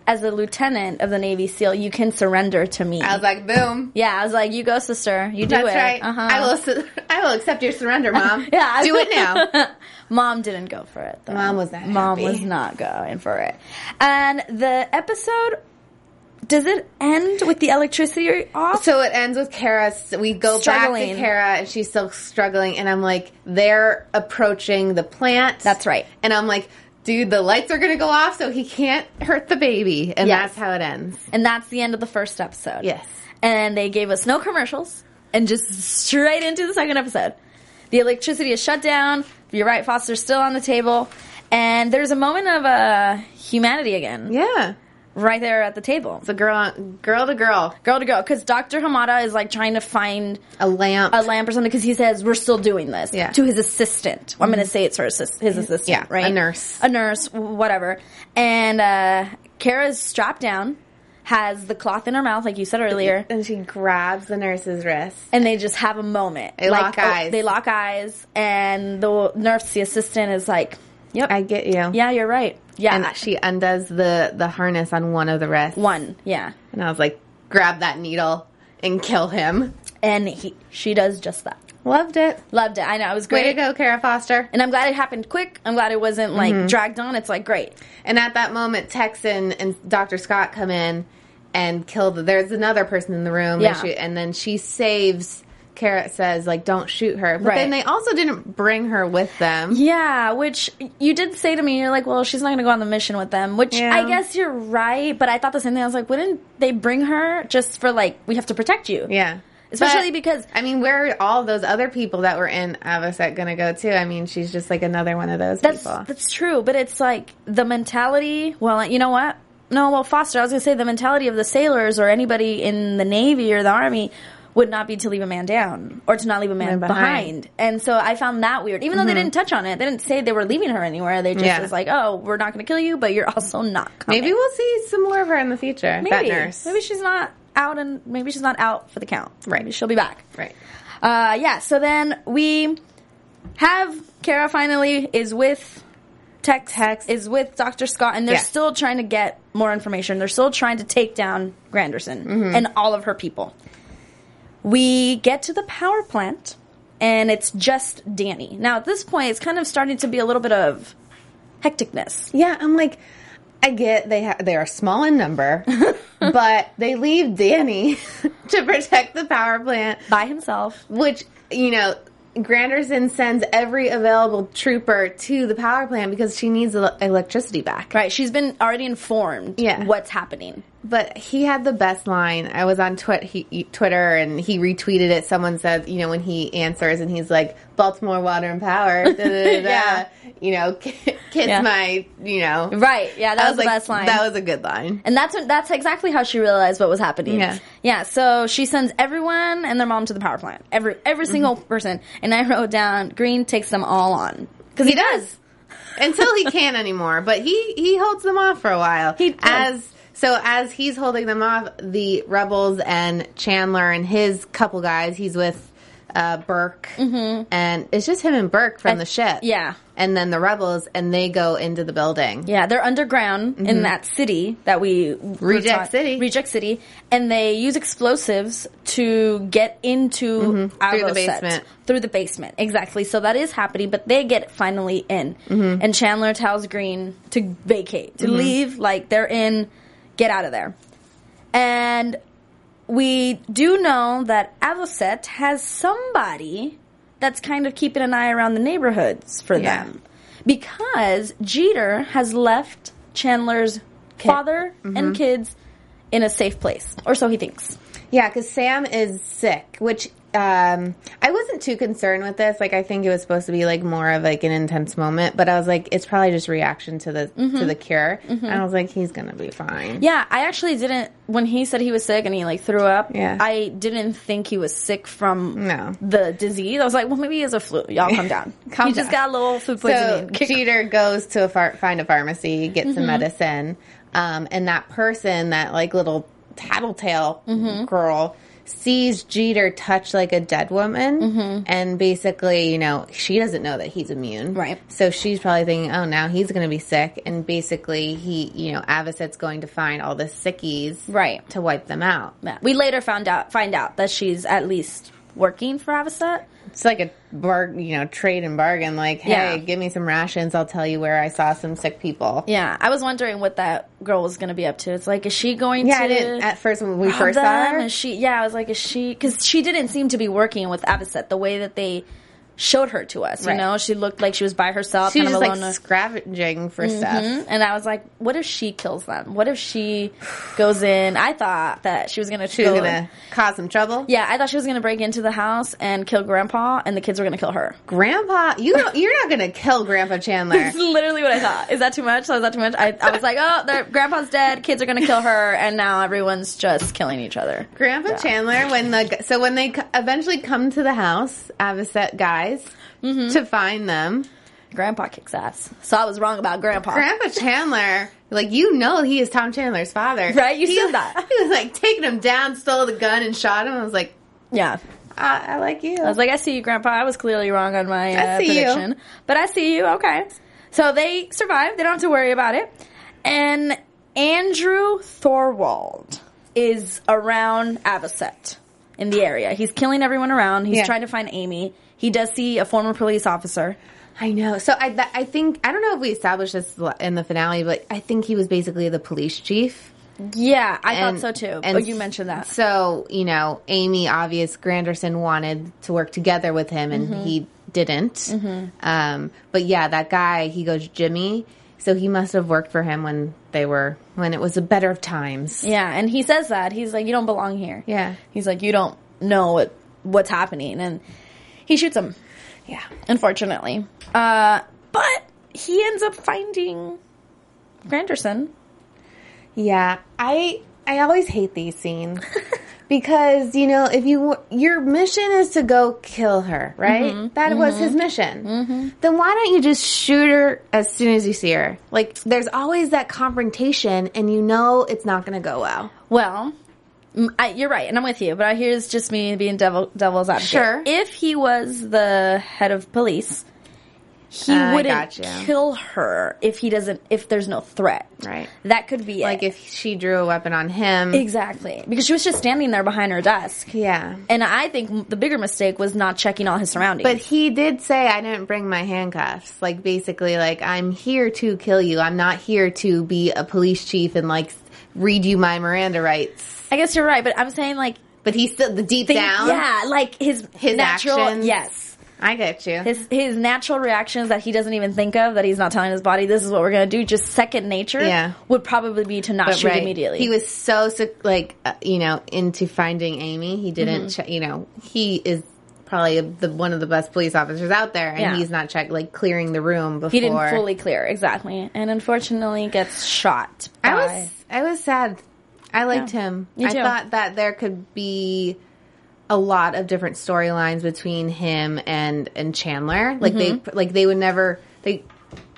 Speaker 2: "As a lieutenant of the Navy SEAL, you can surrender to me."
Speaker 3: I was like, boom.
Speaker 2: yeah, I was like, "You go, sister. You do
Speaker 3: That's
Speaker 2: it."
Speaker 3: right.
Speaker 2: Uh-huh.
Speaker 3: I will. su- I will accept your surrender, mom.
Speaker 2: Yeah.
Speaker 3: do it now.
Speaker 2: Mom didn't go for it. Though.
Speaker 3: Mom was not
Speaker 2: Mom
Speaker 3: happy.
Speaker 2: was not going for it. And the episode Does it end with the electricity off?
Speaker 3: So it ends with Kara. s- We go back
Speaker 2: Struggling.
Speaker 3: to Kara, and she's still struggling. And I'm like, they're approaching the plant.
Speaker 2: That's right.
Speaker 3: And I'm like, dude, the lights are going to go off, so he can't hurt the baby. And
Speaker 2: Yes.
Speaker 3: that's how it ends.
Speaker 2: and that's the end of the first episode.
Speaker 3: Yes.
Speaker 2: And they gave us no commercials and just straight into the second episode. The electricity is shut down. You're right, Foster's still on the table. And there's a moment of uh, humanity again,
Speaker 3: Yeah.
Speaker 2: right there at the table.
Speaker 3: The girl, on, girl to girl,
Speaker 2: Girl to girl, because Dr. Hamada is like trying to find
Speaker 3: a lamp.
Speaker 2: a lamp or something because he says we're still doing this
Speaker 3: Yeah. Mm-hmm.
Speaker 2: to his assistant. I'm going to say it's her assist- his assistant,
Speaker 3: Yeah,
Speaker 2: right?
Speaker 3: a nurse.
Speaker 2: a nurse, whatever. And uh, Kara's strapped down, has the cloth in her mouth, like you said earlier,
Speaker 3: and she grabs the nurse's wrist.
Speaker 2: and they just have a moment.
Speaker 3: They
Speaker 2: like, oh,
Speaker 3: lock eyes.
Speaker 2: They lock eyes, and the nurse, the assistant, is like, "Yep,
Speaker 3: I get you.
Speaker 2: yeah, you're right. Yeah,
Speaker 3: And she undoes the the harness on one of the wrists.
Speaker 2: one, yeah."
Speaker 3: And I was like, grab that needle and kill him.
Speaker 2: And he, she does just that.
Speaker 3: Loved it.
Speaker 2: Loved it. I know it was
Speaker 3: Way
Speaker 2: great.
Speaker 3: to go, Kara Foster.
Speaker 2: And I'm glad it happened quick. I'm glad it wasn't like
Speaker 3: Mm-hmm.
Speaker 2: dragged on. It's like great.
Speaker 3: And at that moment, Texan and Dr. Scott come in and kill the. There's another person in the room.
Speaker 2: Yeah.
Speaker 3: And, she, and then she saves. Carrot says, like, don't shoot her. But
Speaker 2: Right.
Speaker 3: then they also didn't bring her with them.
Speaker 2: Yeah, which you did say to me, you're like, well, she's not going to go on the mission with them, which
Speaker 3: Yeah.
Speaker 2: I guess you're right, but I thought the same thing. I was like, wouldn't they bring her just for like, we have to protect you?
Speaker 3: Yeah.
Speaker 2: Especially
Speaker 3: But,
Speaker 2: because-
Speaker 3: I mean, where are all those other people that were in Avocet going to go to? I mean, she's just like another one of those
Speaker 2: That's,
Speaker 3: people.
Speaker 2: that's true, but it's like the mentality, well, you know what? No, well, Foster, I was going to say the mentality of the sailors or anybody in the Navy or the Army would not be to leave a man down or to not leave a man
Speaker 3: Man
Speaker 2: behind.
Speaker 3: behind. Mm-hmm.
Speaker 2: And so I found that weird. Even though they didn't touch on it, they didn't say they were leaving her anywhere. They just
Speaker 3: Yeah.
Speaker 2: was like, oh, we're not going to kill you, but you're also not coming.
Speaker 3: Maybe we'll see some more of her in the future. That nurse.
Speaker 2: Maybe she's not out and maybe she's not out for the count.
Speaker 3: Right.
Speaker 2: Maybe she'll be back.
Speaker 3: Right.
Speaker 2: Uh, yeah. So then we have Kara finally is with Tex,
Speaker 3: Tex.
Speaker 2: is with Dr. Scott and they're
Speaker 3: Yeah.
Speaker 2: still trying to get more information. They're still trying to take down Granderson
Speaker 3: Mm-hmm.
Speaker 2: and all of her people. We get to the power plant and it's just Danny. Now at this point it's kind of starting to be a little bit of hecticness.
Speaker 3: Yeah, I'm like, I get they ha- they are small in number, but they leave Danny to protect the power plant,
Speaker 2: By himself.
Speaker 3: which you know. Granderson sends every available trooper to the power plant because she needs el- electricity back.
Speaker 2: Right, she's been already informed
Speaker 3: Yeah.
Speaker 2: what's happening.
Speaker 3: But he had the best line. I was on twit- he, Twitter and he retweeted it. Someone said, you know, when he answers and he's like, Baltimore Water and Power, da, da, da, da,
Speaker 2: Yeah.
Speaker 3: you know, ki- kiss
Speaker 2: Yeah.
Speaker 3: my, you know.
Speaker 2: Right, yeah, that
Speaker 3: I
Speaker 2: was, the
Speaker 3: like,
Speaker 2: best line.
Speaker 3: That was a good line.
Speaker 2: and that's when, that's exactly how she realized what was happening.
Speaker 3: Yeah.
Speaker 2: yeah. So she sends everyone and their mom to the power plant. Every every single
Speaker 3: Mm-hmm.
Speaker 2: person. And I wrote down Green takes them all on because he,
Speaker 3: He
Speaker 2: does.
Speaker 3: does. until he can't anymore. But he he holds them off for a while.
Speaker 2: He does.
Speaker 3: as so as he's holding them off, the rebels and Chandler and his couple guys he's with uh, Burke, and it's just him and Burke from
Speaker 2: I-
Speaker 3: the ship.
Speaker 2: Mm-hmm. yeah.
Speaker 3: and then the rebels and they go into the building.
Speaker 2: Yeah, they're underground in that city that we
Speaker 3: Mm-hmm. Reject
Speaker 2: we're
Speaker 3: City.
Speaker 2: Reject City, and they use explosives to get into
Speaker 3: Mm-hmm. Through the
Speaker 2: Avocet.
Speaker 3: basement.
Speaker 2: Through the basement, exactly. So that is happening, but they get finally in,
Speaker 3: Mm-hmm.
Speaker 2: and Chandler tells Green to vacate, to leave. Like they're in, get out of there. And we do know that Avocet has somebody that's kind of keeping an eye around the neighborhoods for
Speaker 3: Yeah.
Speaker 2: them. Because Jeter has left Chandler's father
Speaker 3: Mm-hmm.
Speaker 2: and kids in a safe place, or so he thinks.
Speaker 3: Yeah, because Sam is sick, which um, I wasn't too concerned with this. Like, I think it was supposed to be like more of like an intense moment, but I was like, it's probably just reaction to the
Speaker 2: Mm-hmm.
Speaker 3: to the cure. And I was like, he's gonna be fine.
Speaker 2: Yeah, I actually didn't. When he said he was sick and he like threw up,
Speaker 3: Yeah.
Speaker 2: I didn't think he was sick from
Speaker 3: No.
Speaker 2: the disease. I was like, well, maybe he has a flu. Y'all come down.
Speaker 3: Calm
Speaker 2: he just got
Speaker 3: down.
Speaker 2: a little food
Speaker 3: So
Speaker 2: poisoning. Mm-hmm.
Speaker 3: Cheater goes to a phar- find a pharmacy, gets some medicine, um, and that person, that like little tattletale
Speaker 2: Mm-hmm.
Speaker 3: girl, sees Jeter touch like a dead woman,
Speaker 2: Mm-hmm.
Speaker 3: and basically, you know, she doesn't know that he's immune,
Speaker 2: Right.
Speaker 3: So she's probably thinking, oh, now he's going to be sick, and basically, he, you know, Avocet's going to find all the sickies,
Speaker 2: Right.
Speaker 3: to wipe them out.
Speaker 2: Yeah. We later found out find out that she's at least working for Avastet?
Speaker 3: It's like a bar, you know, trade and bargain. Like, hey,
Speaker 2: Yeah.
Speaker 3: give me some rations. I'll tell you where I saw some sick people.
Speaker 2: Yeah, I was wondering what that girl was going to be up to. It's like, is she going
Speaker 3: Yeah,
Speaker 2: to?
Speaker 3: I didn't, at first when we
Speaker 2: rob
Speaker 3: first saw
Speaker 2: them?
Speaker 3: her,
Speaker 2: Is she? Yeah, I was like, is she? Because she didn't seem to be working with Avocet the way that they showed her to us.
Speaker 3: Right.
Speaker 2: You know, she looked like she was by herself,
Speaker 3: she was
Speaker 2: kind
Speaker 3: just
Speaker 2: of alone. uh, Mm-hmm.
Speaker 3: like scavenging for stuff.
Speaker 2: and I was like, what if she kills them? What if she goes in? I thought that she was going to
Speaker 3: She was
Speaker 2: go in-
Speaker 3: gonna cause some trouble.
Speaker 2: Yeah, I thought she was going to break into the house and kill Grandpa, and the kids were going to kill her.
Speaker 3: Grandpa, you don't, you're not gonna kill Grandpa Chandler.
Speaker 2: That's literally what I thought. Is that too much? Was that too much? I, I was like, oh, their grandpa's dead. Kids are gonna kill her, and now everyone's just killing each other.
Speaker 3: Grandpa Chandler, when the g- so when they c- eventually come to the house, Avocet guys
Speaker 2: Mm-hmm.
Speaker 3: to find them.
Speaker 2: Grandpa kicks ass. So I was wrong about Grandpa.
Speaker 3: Grandpa Chandler, like you know, he is Tom Chandler's father,
Speaker 2: Right? You
Speaker 3: he,
Speaker 2: said that.
Speaker 3: He was like taking him down, stole the gun, and shot him. I was like,
Speaker 2: yeah.
Speaker 3: I, I like you.
Speaker 2: I was like, I see you, Grandpa. I was clearly wrong on my uh,
Speaker 3: I see you.
Speaker 2: prediction, but I see you. Okay. So they survive. They don't have to worry about it. And Andrew Thorwald is around Avocet in the area. He's killing everyone around. He's
Speaker 3: Yeah.
Speaker 2: trying to find Amy. He does see a former police officer.
Speaker 3: I know. So I, th- I think I don't know if we established this l- in the finale, but I think he was basically the police chief.
Speaker 2: Yeah, I
Speaker 3: And-
Speaker 2: thought so too.
Speaker 3: and
Speaker 2: oh, you mentioned that.
Speaker 3: So you know, Amy, obvious Granderson wanted to work together with him, and
Speaker 2: Mm-hmm.
Speaker 3: he didn't. Um, but yeah, that guy, he goes Jimmy. So he must have worked for him when they were when it was a better of times.
Speaker 2: Yeah, and he says that. He's like, you don't belong here.
Speaker 3: Yeah.
Speaker 2: He's like, you don't know what, what's happening. And he shoots him,
Speaker 3: Yeah.
Speaker 2: unfortunately. Uh, but he ends up finding Granderson.
Speaker 3: Yeah, I I always hate these scenes because you know if you your mission is to go kill her, right? That was his mission. Then why don't you just shoot her as soon as you see her? Like there's always that confrontation, and you know it's not going to go well.
Speaker 2: Well, m I you're right, and I'm with you. But I- here's just me being devil, devil's advocate.
Speaker 3: Sure.
Speaker 2: If he was the head of police, he
Speaker 3: I
Speaker 2: wouldn't
Speaker 3: gotcha.
Speaker 2: kill her if he doesn't. If there's no threat,
Speaker 3: Right.
Speaker 2: That could be
Speaker 3: Like
Speaker 2: it.
Speaker 3: if she drew a weapon on him,
Speaker 2: exactly because she was just standing there behind her desk.
Speaker 3: yeah.
Speaker 2: And I think m- the bigger mistake was not checking all his surroundings.
Speaker 3: But he did say I didn't bring my handcuffs. Like basically like I'm here to kill you. I'm not here to be a police chief and like read you my Miranda rights.
Speaker 2: I guess you're right. But I'm saying like
Speaker 3: But he's still the deep
Speaker 2: think-
Speaker 3: down.
Speaker 2: yeah, like his
Speaker 3: His
Speaker 2: natural
Speaker 3: actions.
Speaker 2: yes,
Speaker 3: I get you.
Speaker 2: his his natural reactions that he doesn't even think of that he's not telling his body this is what we're gonna do. Just second nature
Speaker 3: Yeah.
Speaker 2: would probably be to not
Speaker 3: But
Speaker 2: shoot
Speaker 3: right.
Speaker 2: immediately.
Speaker 3: He was so so, like uh, you know into finding Amy. He didn't
Speaker 2: Mm-hmm.
Speaker 3: che- you know he is probably the one of the best police officers out there, and
Speaker 2: Yeah.
Speaker 3: he's not check like clearing the room before.
Speaker 2: He didn't fully clear exactly, and unfortunately gets shot. By,
Speaker 3: I was I was sad. I liked
Speaker 2: Yeah.
Speaker 3: him.
Speaker 2: Me
Speaker 3: I
Speaker 2: too.
Speaker 3: thought that there could be a lot of different storylines between him and and Chandler. Like
Speaker 2: Mm-hmm.
Speaker 3: they like they would never they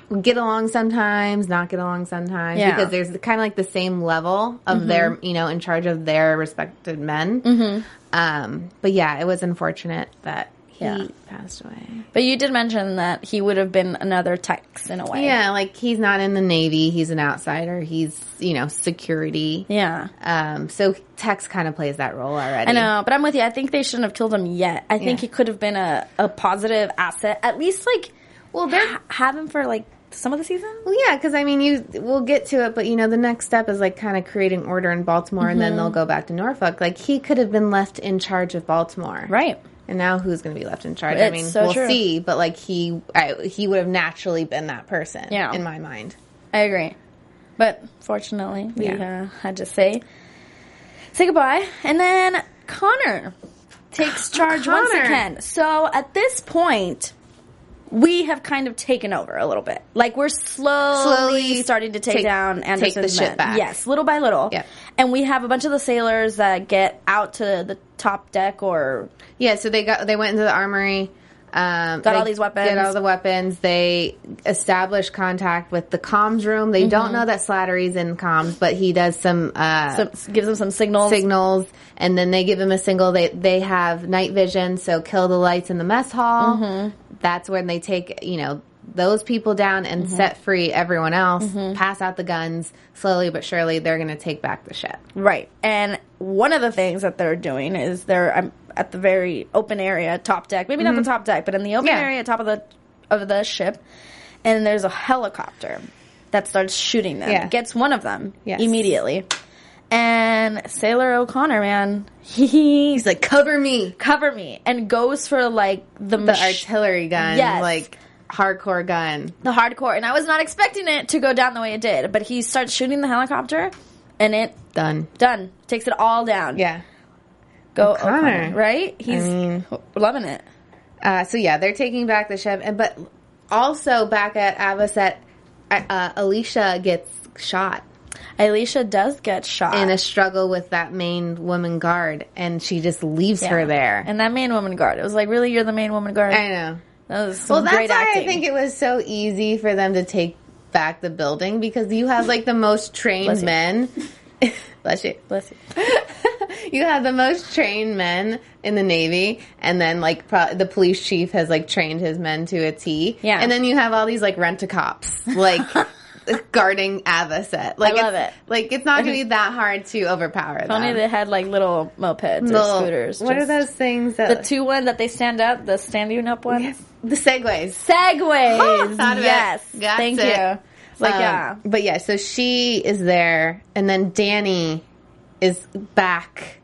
Speaker 3: would get along sometimes, not get along sometimes
Speaker 2: Yeah. Mm-hmm.
Speaker 3: because there's kind of like the same level of their you know in charge of their respected men. Um, but yeah, it was unfortunate that he
Speaker 2: Yeah.
Speaker 3: passed away.
Speaker 2: but you did mention that he would have been another Tex in a way.
Speaker 3: Yeah, like he's not in the Navy. He's an outsider. He's you know security.
Speaker 2: yeah.
Speaker 3: Um, so Tex kind of plays that role already.
Speaker 2: I know, but I'm with you. I think they shouldn't have killed him yet. I think
Speaker 3: Yeah.
Speaker 2: he could have been a, a positive asset. At least, like, well, they're have him for like some of the season.
Speaker 3: Well, yeah, because I mean, you we'll get to it, but you know, the next step is like kind of creating order in Baltimore, and
Speaker 2: Mm-hmm.
Speaker 3: then they'll go back to Norfolk. Like he could have been left in charge of Baltimore,
Speaker 2: Right.
Speaker 3: And now who's going to be left in charge? I
Speaker 2: It's
Speaker 3: mean,
Speaker 2: so
Speaker 3: we'll
Speaker 2: true.
Speaker 3: see. But like he, I, he would have naturally been that person,
Speaker 2: Yeah.
Speaker 3: in my mind.
Speaker 2: I agree, but fortunately, we
Speaker 3: Yeah.
Speaker 2: uh, had to say say goodbye, and then Connor takes charge once
Speaker 3: Oh, Connor.
Speaker 2: again. So at this point. We have kind of taken over a little bit. Like we're slowly,
Speaker 3: Slowly
Speaker 2: starting to take,
Speaker 3: take-
Speaker 2: down
Speaker 3: take the
Speaker 2: Anderson's
Speaker 3: ship
Speaker 2: men.
Speaker 3: back.
Speaker 2: Yes, little by little.
Speaker 3: Yep.
Speaker 2: And we have a bunch of the sailors that get out to the top deck or
Speaker 3: Yeah, so they got they went into the armory. Um,
Speaker 2: Got all
Speaker 3: they
Speaker 2: these weapons.
Speaker 3: Get all the weapons. They established contact with the comms room.
Speaker 2: Mm-hmm.
Speaker 3: They don't know that Slattery's in comms, but he does some uh,
Speaker 2: some, gives them some signals.
Speaker 3: signals and then they give him a single they they have night vision so kill the lights in the mess hall that's when they take you know those people down and set free everyone else, pass out the guns. Slowly but surely, they're going to take back the ship.
Speaker 2: Right. And one of the things that they're doing is they're um, at the very open area, top deck. Maybe not the top deck, but in the open
Speaker 3: Mm-hmm. Yeah.
Speaker 2: area, top of the of the ship. And there's a helicopter that starts shooting them.
Speaker 3: Yeah.
Speaker 2: Gets one of them
Speaker 3: Yes.
Speaker 2: immediately. And Sailor O'Connor, man, he's like,
Speaker 3: Cover me.
Speaker 2: cover me, and goes for like the
Speaker 3: The
Speaker 2: mach-
Speaker 3: artillery gun,
Speaker 2: Yes.
Speaker 3: like hardcore gun.
Speaker 2: the hardcore. And I was not expecting it to go down the way it did, but he starts shooting the helicopter, and it
Speaker 3: Done.
Speaker 2: done takes it all down.
Speaker 3: Yeah.
Speaker 2: go
Speaker 3: O'Connor.
Speaker 2: O'Connor, right? He's loving it.
Speaker 3: Uh, so yeah, they're taking back the ship, and but also back at Avocet, uh, uh, Alicia gets shot
Speaker 2: Alicia does get shot
Speaker 3: in a struggle with that main woman guard, and she just leaves her there.
Speaker 2: and that main woman guard. It was like, really, you're the main woman guard.
Speaker 3: I know.
Speaker 2: that was some
Speaker 3: Well, that's
Speaker 2: great
Speaker 3: why
Speaker 2: acting.
Speaker 3: I think it was so easy for them to take back the building because you have like the most trained
Speaker 2: Bless you.
Speaker 3: men. Bless you.
Speaker 2: Bless you.
Speaker 3: you have the most trained men in the navy and then like pro- the police chief has like trained his men to a t
Speaker 2: Yeah.
Speaker 3: and then you have all these like rent-a-cops like guarding avocet like
Speaker 2: love
Speaker 3: it's,
Speaker 2: it.
Speaker 3: like it's not gonna be that hard to overpower them.
Speaker 2: Only they had like little mopeds or
Speaker 3: Little-
Speaker 2: scooters.
Speaker 3: what are
Speaker 2: just-
Speaker 3: those things that
Speaker 2: The two one that they stand up, the standing up ones.
Speaker 3: the segways
Speaker 2: Segways.
Speaker 3: Oh, Thought of it.
Speaker 2: yes.
Speaker 3: That's
Speaker 2: Thank
Speaker 3: it.
Speaker 2: you. It's Like
Speaker 3: Um,
Speaker 2: yeah.
Speaker 3: but yeah so she is there and then danny is back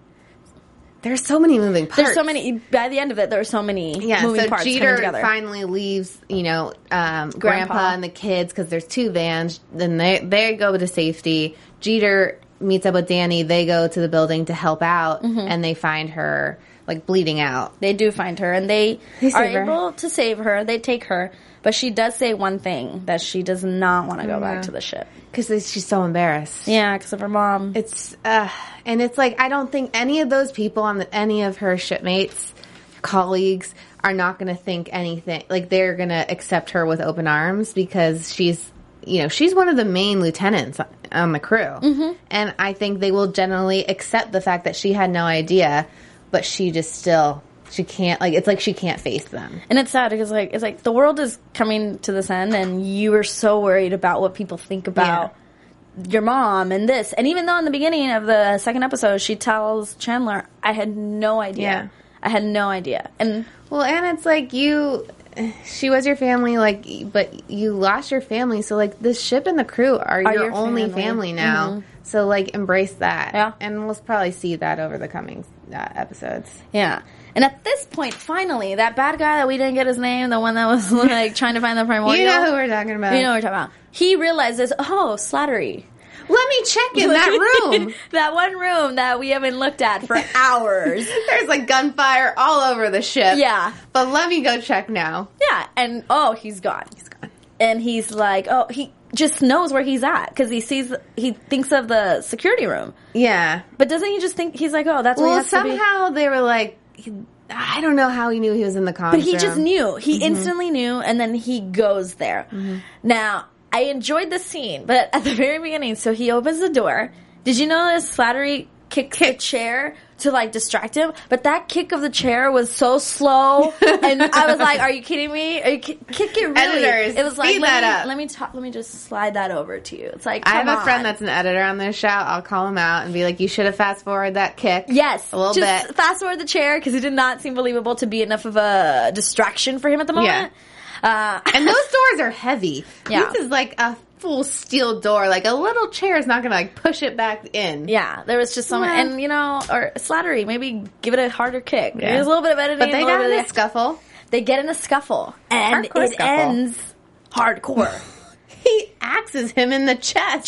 Speaker 3: there's so many moving parts
Speaker 2: There's so many. By the end of it, there are so many
Speaker 3: Yeah,
Speaker 2: moving
Speaker 3: so
Speaker 2: parts coming
Speaker 3: Jeter
Speaker 2: together.
Speaker 3: finally leaves, you know, um, grandpa.
Speaker 2: Grandpa.
Speaker 3: and the kids because there's two vans. Then they they go to safety. Jeter meets up with Danny. They go to the building to help out,
Speaker 2: Mm-hmm.
Speaker 3: and they find her like bleeding out.
Speaker 2: They do find her, and they,
Speaker 3: They
Speaker 2: are
Speaker 3: save her.
Speaker 2: able to save her. They take her, but she does say one thing that she does not want to
Speaker 3: Oh,
Speaker 2: go back to the ship.
Speaker 3: because she's so embarrassed.
Speaker 2: Yeah, because of her mom.
Speaker 3: It's uh, and it's like I don't think any of those people on the, any of her shipmates, colleagues are not going to think anything. Like they're going to accept her with open arms because she's you know she's one of the main lieutenants on the crew, mm-hmm. and I think they will generally accept the fact that she had no idea, but she just still she can't like it's like she can't face them.
Speaker 2: and it's sad because like it's like the world is coming to this end, and you are so worried about what people think about your mom and this. And even though in the beginning of the second episode, she tells Chandler, "I had no idea.
Speaker 3: Yeah.
Speaker 2: I had no idea." And
Speaker 3: Well, and it's like you, she was your family, like, but you lost your family. So, like, the ship and the crew are, your,
Speaker 2: your family.
Speaker 3: only
Speaker 2: Mm-hmm.
Speaker 3: family, now. So, like, embrace that.
Speaker 2: Yeah.
Speaker 3: And we'll probably see that over the coming uh, episodes.
Speaker 2: Yeah. And at this point, finally, that bad guy that we didn't get his name, the one that was like trying to find the primordial.
Speaker 3: You know who we're talking about.
Speaker 2: You know who we're talking about. He realizes, oh, slattery.
Speaker 3: Let me check in that room.
Speaker 2: that one room that we haven't looked at for hours.
Speaker 3: There's like gunfire all over the ship.
Speaker 2: Yeah.
Speaker 3: But let me go check now.
Speaker 2: yeah. And oh, he's gone. He's
Speaker 3: gone.
Speaker 2: And he's like, oh, he just knows where he's at because he sees, he thinks of the security room.
Speaker 3: Yeah.
Speaker 2: But doesn't he just think, he's like, oh, that's where he
Speaker 3: Well,
Speaker 2: has to be.
Speaker 3: somehow they were like, I don't know how he knew he was in the comms
Speaker 2: But he just
Speaker 3: room.
Speaker 2: knew. He instantly knew, and then he goes there.
Speaker 3: Mm-hmm.
Speaker 2: Now, I enjoyed the scene, but at the very beginning, so he opens the door. Did you know this Slattery kicks the chair to like distract him? But that kick of the chair was so slow, and I was like, "Are you kidding me? Are you ki- kick it really?"
Speaker 3: Editors,
Speaker 2: it was like,
Speaker 3: speed
Speaker 2: let,
Speaker 3: that
Speaker 2: me,
Speaker 3: up.
Speaker 2: let me talk. Let me just slide that over to you. It's like
Speaker 3: I have
Speaker 2: come
Speaker 3: a friend
Speaker 2: on.
Speaker 3: that's an editor on this show. I'll call him out and be like, "You should have fast forwarded that kick."
Speaker 2: Yes,
Speaker 3: a little
Speaker 2: just
Speaker 3: bit.
Speaker 2: Fast forward the chair because it did not seem believable to be enough of a distraction for him at the moment. Uh,
Speaker 3: and those doors are heavy.
Speaker 2: Yeah.
Speaker 3: This is like a full steel door. Like a little chair is not going to like push it back in.
Speaker 2: Yeah, there was just some,
Speaker 3: Well-
Speaker 2: and you know, or slattery. Maybe give it a harder kick.
Speaker 3: Yeah.
Speaker 2: There's a little bit of editing.
Speaker 3: But they
Speaker 2: a little
Speaker 3: got
Speaker 2: bit
Speaker 3: in
Speaker 2: of
Speaker 3: a scuffle.
Speaker 2: They get in a scuffle, and
Speaker 3: Hardcore
Speaker 2: it
Speaker 3: scuffle.
Speaker 2: ends hardcore.
Speaker 3: He axes him in the chest.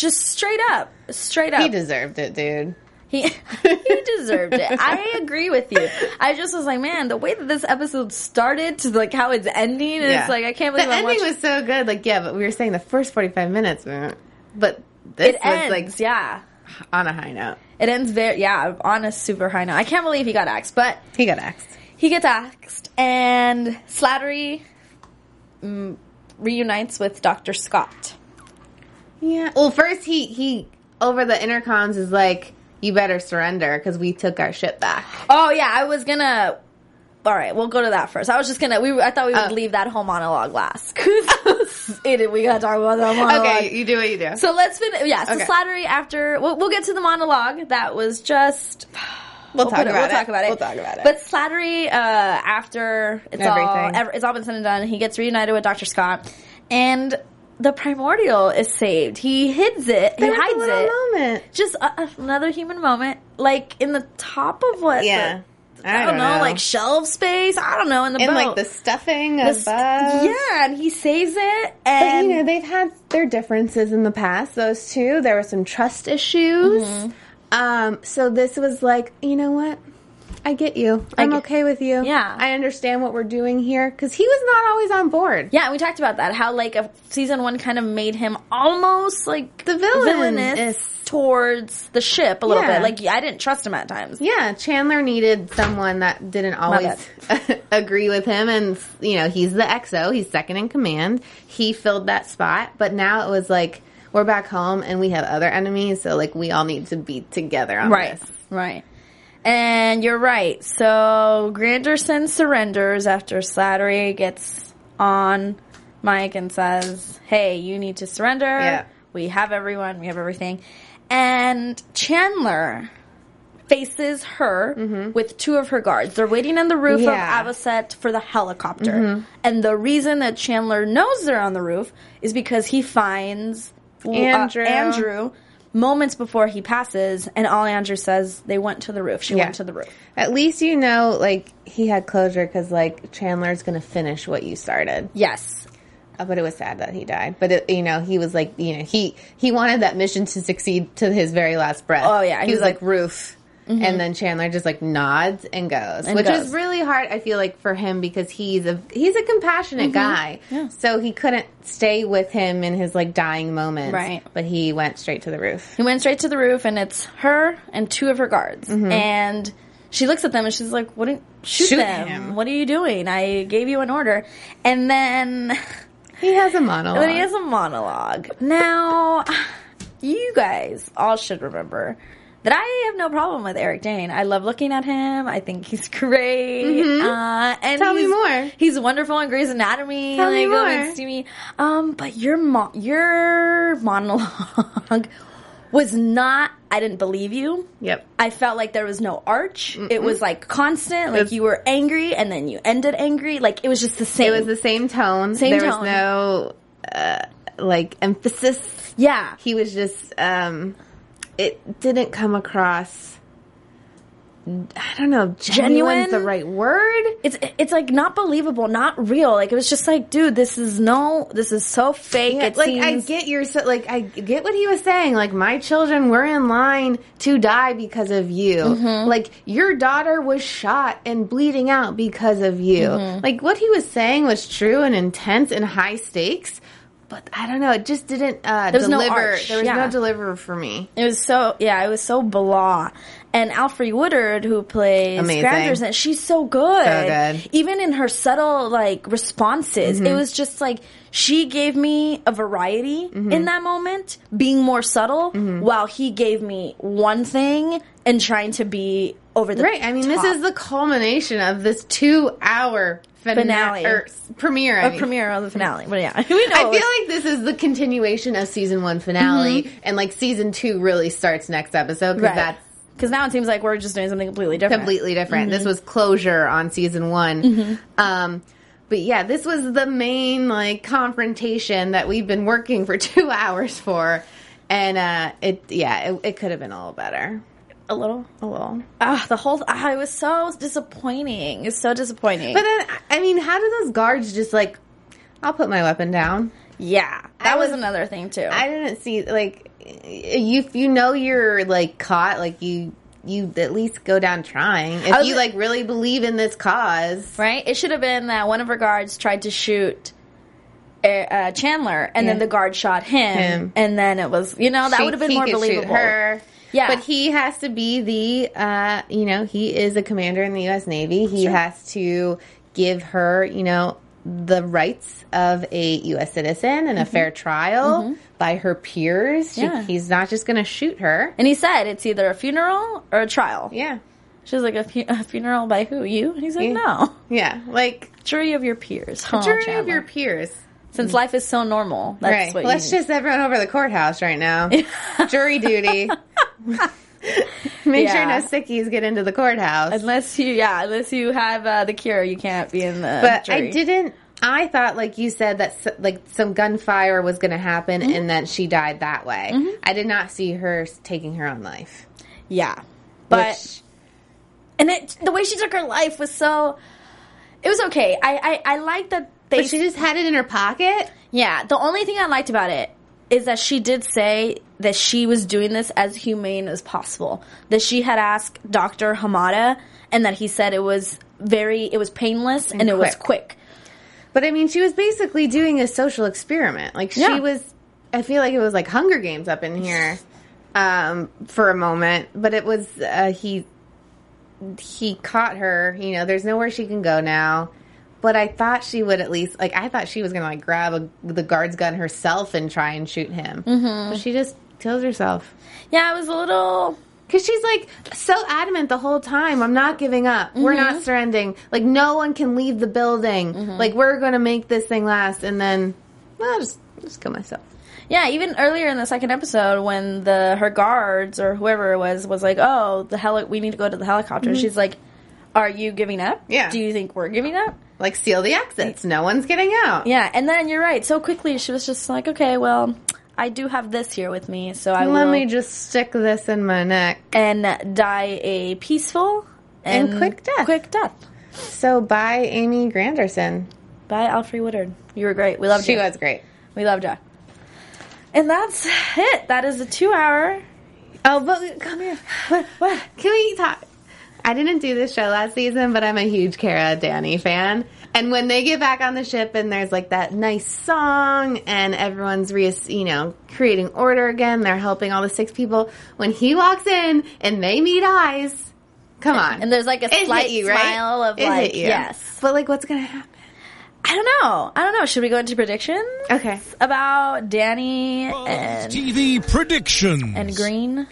Speaker 2: just straight up, straight up.
Speaker 3: he deserved it, dude.
Speaker 2: He, he deserved it. I agree with you. I just was like, man, the way that this episode started to like how it's ending, and it's like I can't believe
Speaker 3: the
Speaker 2: I'm
Speaker 3: ending
Speaker 2: watching.
Speaker 3: was so good. Like yeah, but we were saying the first forty five minutes, mm, but this
Speaker 2: it
Speaker 3: was
Speaker 2: ends,
Speaker 3: like
Speaker 2: yeah.
Speaker 3: on a high note.
Speaker 2: It ends very, yeah, on a super high note. I can't believe he got axed, but
Speaker 3: He got axed.
Speaker 2: he gets axed, and Slattery mm, reunites with Dr. Scott.
Speaker 3: Yeah. Well, first he he over the intercoms is like, "You better surrender because we took our ship back."
Speaker 2: Oh, yeah, I was gonna. All right, we'll go to that first. I was just gonna. We I thought we would
Speaker 3: Oh.
Speaker 2: leave that whole monologue last. 'Cause is it. We gotta talk about that monologue.
Speaker 3: Okay, Oh, you do what you do.
Speaker 2: So let's finish. Yeah, so
Speaker 3: Okay.
Speaker 2: Slattery after we'll, we'll get to the monologue that was just.
Speaker 3: we'll talk
Speaker 2: put it-
Speaker 3: about it.
Speaker 2: we'll talk about it.
Speaker 3: We'll talk about it.
Speaker 2: But Slattery, uh, after it's all
Speaker 3: Everything.
Speaker 2: ev- it's all been said and done, he gets reunited with Doctor Scott, and the primordial is saved. He hides it.
Speaker 3: There's
Speaker 2: he hides
Speaker 3: a little
Speaker 2: it.
Speaker 3: moment.
Speaker 2: Just a, a- another human moment, like in the top of what? the-
Speaker 3: Yeah.
Speaker 2: I, don't know, like shelf space. I don't know in the
Speaker 3: and
Speaker 2: boat.
Speaker 3: like the stuffing
Speaker 2: The s-
Speaker 3: above.
Speaker 2: yeah, and he saves it,
Speaker 3: But
Speaker 2: and
Speaker 3: you know, they've had their differences in the past, those two. There were some trust issues. Um, so this was like, you know what? I get you. I'm
Speaker 2: get-
Speaker 3: okay with you.
Speaker 2: Yeah.
Speaker 3: I understand what we're doing here. Because he was not always on board.
Speaker 2: Yeah, and we talked about that. How like a season one kind of made him almost like
Speaker 3: The villain
Speaker 2: villainous
Speaker 3: is-
Speaker 2: towards the ship a little
Speaker 3: Yeah.
Speaker 2: bit. Like I didn't trust him at times.
Speaker 3: Yeah, Chandler needed someone that didn't always agree with him, and you know he's the XO, he's second in command. He filled that spot, but now it was like we're back home and we have other enemies, so like we all need to be together on
Speaker 2: Right,
Speaker 3: this.
Speaker 2: right. And you're right. So Granderson surrenders after Slattery gets on Mike and says, "Hey, you need to surrender.
Speaker 3: Yeah.
Speaker 2: We have everyone. We have everything." And Chandler faces her with two of her guards. They're waiting on the roof
Speaker 3: Mm-hmm. Yeah. Mm-hmm.
Speaker 2: of Avocet for the helicopter. And the reason that Chandler knows they're on the roof is because he finds uh,
Speaker 3: Andrew.
Speaker 2: Andrew moments before he passes, and all Andrew says they went to the roof. She
Speaker 3: Yeah.
Speaker 2: went to the roof.
Speaker 3: At least you know like he had closure because like Chandler's gonna finish what you started.
Speaker 2: Yes.
Speaker 3: Uh, But it was sad that he died. But it, you know he was like you know he he wanted that mission to succeed to his very last breath.
Speaker 2: Oh, yeah,
Speaker 3: he,
Speaker 2: he
Speaker 3: was
Speaker 2: was Mm-hmm.
Speaker 3: like, roof. And then Chandler just like nods and goes,
Speaker 2: And
Speaker 3: which
Speaker 2: goes.
Speaker 3: is really hard. I feel like for him because he's a he's a compassionate guy,
Speaker 2: Mm-hmm. Yeah.
Speaker 3: so he couldn't stay with him in his like dying moments.
Speaker 2: Right.
Speaker 3: But he went straight to the roof.
Speaker 2: He went straight to the roof, and it's her and two of her guards. And she looks at them and she's like, "What? Didn't, shoot,
Speaker 3: Shoot
Speaker 2: them!
Speaker 3: him.
Speaker 2: What are you doing? I gave you an order." And then
Speaker 3: He has a monologue.
Speaker 2: But he has a monologue. Now, you guys all should remember that I have no problem with Eric Dane. I love looking at him. I think he's great. Uh, and
Speaker 3: Mm-hmm. Tell me
Speaker 2: he's-
Speaker 3: more.
Speaker 2: He's wonderful in Grey's Anatomy.
Speaker 3: Tell me
Speaker 2: like, oh,
Speaker 3: more.
Speaker 2: it's to me. Um, but your mo- your monologue was not. I didn't believe you.
Speaker 3: Yep.
Speaker 2: I felt like there was no arch. It was like constant. Like
Speaker 3: It's-
Speaker 2: you were angry and then you ended angry. Like it was just the same.
Speaker 3: It was the same tone.
Speaker 2: Same
Speaker 3: there
Speaker 2: tone.
Speaker 3: was no uh, like emphasis.
Speaker 2: yeah.
Speaker 3: He was just um, it didn't come across. I don't know.
Speaker 2: Genuine?
Speaker 3: Genuine's the right word.
Speaker 2: it's it's like not believable, not real. Like it was just like, dude, this is no, this is so fake.
Speaker 3: Yeah,
Speaker 2: it
Speaker 3: like I
Speaker 2: seems
Speaker 3: get your so, like I get what he was saying. Like my children were in line to die because of you.
Speaker 2: Mm-hmm.
Speaker 3: Like your daughter was shot and bleeding out because of you.
Speaker 2: Mm-hmm.
Speaker 3: Like what he was saying was true and intense and high stakes. But I don't know. It just didn't uh,
Speaker 2: was no
Speaker 3: deliver.
Speaker 2: arch,
Speaker 3: there was
Speaker 2: yeah.
Speaker 3: no deliver for me.
Speaker 2: it was so yeah, it was so blah. And Alfred Woodard, who plays
Speaker 3: Amazing.
Speaker 2: Granderson, she's so good.
Speaker 3: So good. Mm-hmm.
Speaker 2: Even in her subtle like responses, it was just like she gave me a variety
Speaker 3: Mm-hmm.
Speaker 2: in that moment, being more subtle, while he gave me one thing and trying to be over the
Speaker 3: Right. I mean, this
Speaker 2: top.
Speaker 3: is the culmination of this two-hour
Speaker 2: Finale.
Speaker 3: finale or s- premiere. I
Speaker 2: a
Speaker 3: mean.
Speaker 2: premiere of the finale. But yeah, we know
Speaker 3: I
Speaker 2: it
Speaker 3: feel
Speaker 2: was-
Speaker 3: like this is the continuation of season one finale,
Speaker 2: Mm-hmm.
Speaker 3: and like season two really starts next episode because that's
Speaker 2: Because now it seems like we're just doing something completely different.
Speaker 3: completely different.
Speaker 2: Mm-hmm.
Speaker 3: This was closure on season one. Um, but yeah, this was the main like confrontation that we've been working for two hours for, and uh, it yeah, it, it could have been a little better,
Speaker 2: A little.
Speaker 3: a little.
Speaker 2: Ah, the whole. Ah, it was so disappointing. It's so disappointing.
Speaker 3: But then I mean, how do those guards just like? I'll put my weapon down.
Speaker 2: yeah, that was,
Speaker 3: was-
Speaker 2: another thing too.
Speaker 3: I didn't see like you if you know you're like caught like you you at least go down trying if
Speaker 2: I was-
Speaker 3: you like really believe in this cause
Speaker 2: right? It should have been that one of her guards tried to shoot. uh, Uh, Chandler, and then
Speaker 3: Yeah.
Speaker 2: the guard shot him,
Speaker 3: Him.
Speaker 2: and then it was you know that
Speaker 3: she-
Speaker 2: would have been
Speaker 3: he
Speaker 2: more
Speaker 3: could shoot
Speaker 2: believable.
Speaker 3: her
Speaker 2: Yeah.
Speaker 3: but he has to be the uh you know he is a commander in the U.S. Navy he
Speaker 2: Sure.
Speaker 3: has to give her you know the rights of a U.S. citizen and a fair trial by her peers She-
Speaker 2: Mm-hmm. Yeah.
Speaker 3: he's not just going to shoot her
Speaker 2: And he said it's either a funeral or a trial.
Speaker 3: yeah
Speaker 2: She was like a, fu- a funeral by who you? And he's like
Speaker 3: Yeah.
Speaker 2: no
Speaker 3: yeah like
Speaker 2: jury of your peers. Huh,
Speaker 3: jury of
Speaker 2: Chandler.
Speaker 3: your peers
Speaker 2: Since life is so normal, that's
Speaker 3: right.
Speaker 2: what you
Speaker 3: Let's
Speaker 2: need.
Speaker 3: just everyone over the courthouse right now. Jury duty. Make sure
Speaker 2: Yeah.
Speaker 3: no sickies get into the courthouse.
Speaker 2: unless you yeah unless you have uh, the cure, you can't be in the.
Speaker 3: but
Speaker 2: jury.
Speaker 3: I didn't. I thought, like you said, that s like some gunfire was going to happen,
Speaker 2: Mm-hmm.
Speaker 3: and that she died that way. I did not see her s- taking her own life.
Speaker 2: Yeah, but
Speaker 3: which-
Speaker 2: and it, the way she took her life was so. It was okay. I I, I like that they.
Speaker 3: but she just had it in her pocket.
Speaker 2: yeah, the only thing I liked about it is that she did say that she was doing this as humane as possible. That she had asked Doctor Hamada, and that he said it was very it was painless and, it was quick.
Speaker 3: But I mean, she was basically doing a social experiment. Like she
Speaker 2: Yeah.
Speaker 3: was, I feel like it was like Hunger Games up in here um, for a moment. But it was uh, he he caught her. You know, there's nowhere she can go now. But I thought she would at least like I thought she was gonna like grab a, the guard's gun herself and try and shoot him. Mm-hmm. But she just kills herself.
Speaker 2: Yeah, it was a little.
Speaker 3: Because she's like so adamant the whole time. I'm not giving up. We're not surrendering. Like no one can leave the building. Like we're gonna make this thing last. And then well, I'll just just kill myself.
Speaker 2: Yeah, even earlier in the second episode, when the her guards or whoever it was was like, "Oh, the heli- we need to go to the helicopter." She's like, "Are you giving up?
Speaker 3: Mm-hmm. Yeah.
Speaker 2: Do you think we're giving up?"
Speaker 3: Like seal the exits. No one's getting out.
Speaker 2: Yeah, and then you're right. So quickly, she was just like, "Okay, well, I do have this here with me, so I
Speaker 3: Let
Speaker 2: will
Speaker 3: me just stick this in my neck.
Speaker 2: and die a peaceful
Speaker 3: And quick death.
Speaker 2: Quick death
Speaker 3: So by Amy Granderson.
Speaker 2: by Alfred Woodard. You were great. We loved
Speaker 3: She
Speaker 2: you.
Speaker 3: was great.
Speaker 2: We loved you. And that's it. That is the two hour.
Speaker 3: Oh, but come here. What? What? Can we talk? I didn't do this show last season, but I'm a huge Cara Danny fan. And when they get back on the ship and there's like that nice song and everyone's re, you know, creating order again, they're helping all the six people. When he walks in and they meet eyes, come on.
Speaker 2: And there's like a
Speaker 3: It hit
Speaker 2: slight
Speaker 3: you, right?
Speaker 2: smile of
Speaker 3: It hit
Speaker 2: like,
Speaker 3: you.
Speaker 2: yes.
Speaker 3: But like, what's going to happen?
Speaker 2: I don't know. I don't know. Should we go into predictions
Speaker 3: Okay.
Speaker 2: about Danny
Speaker 1: Buzz
Speaker 2: and
Speaker 1: TV predictions.
Speaker 2: and Green,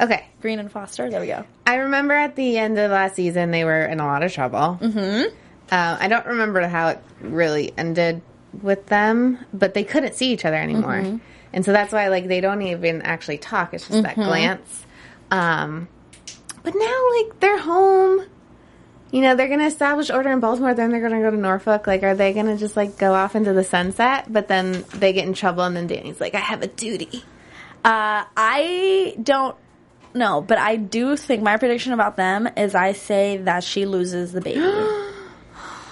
Speaker 3: Okay.
Speaker 2: Green and Foster? There we go.
Speaker 3: I remember at the end of last season they were in a lot of trouble. Mm-hmm. Uh, I don't remember how it really ended with them, but they couldn't see each other anymore,
Speaker 2: Mm-hmm.
Speaker 3: and so that's why like they don't even actually talk. It's just that
Speaker 2: Mm-hmm.
Speaker 3: glance. Um, but now like they're home. You know they're gonna establish order in Baltimore. Then they're gonna go to Norfolk. Like, are they gonna just like go off into the sunset? But then they get in trouble, and then Danny's like, "I have a duty."
Speaker 2: Uh, I don't know, but I do think my prediction about them is I say that she loses the baby. uh,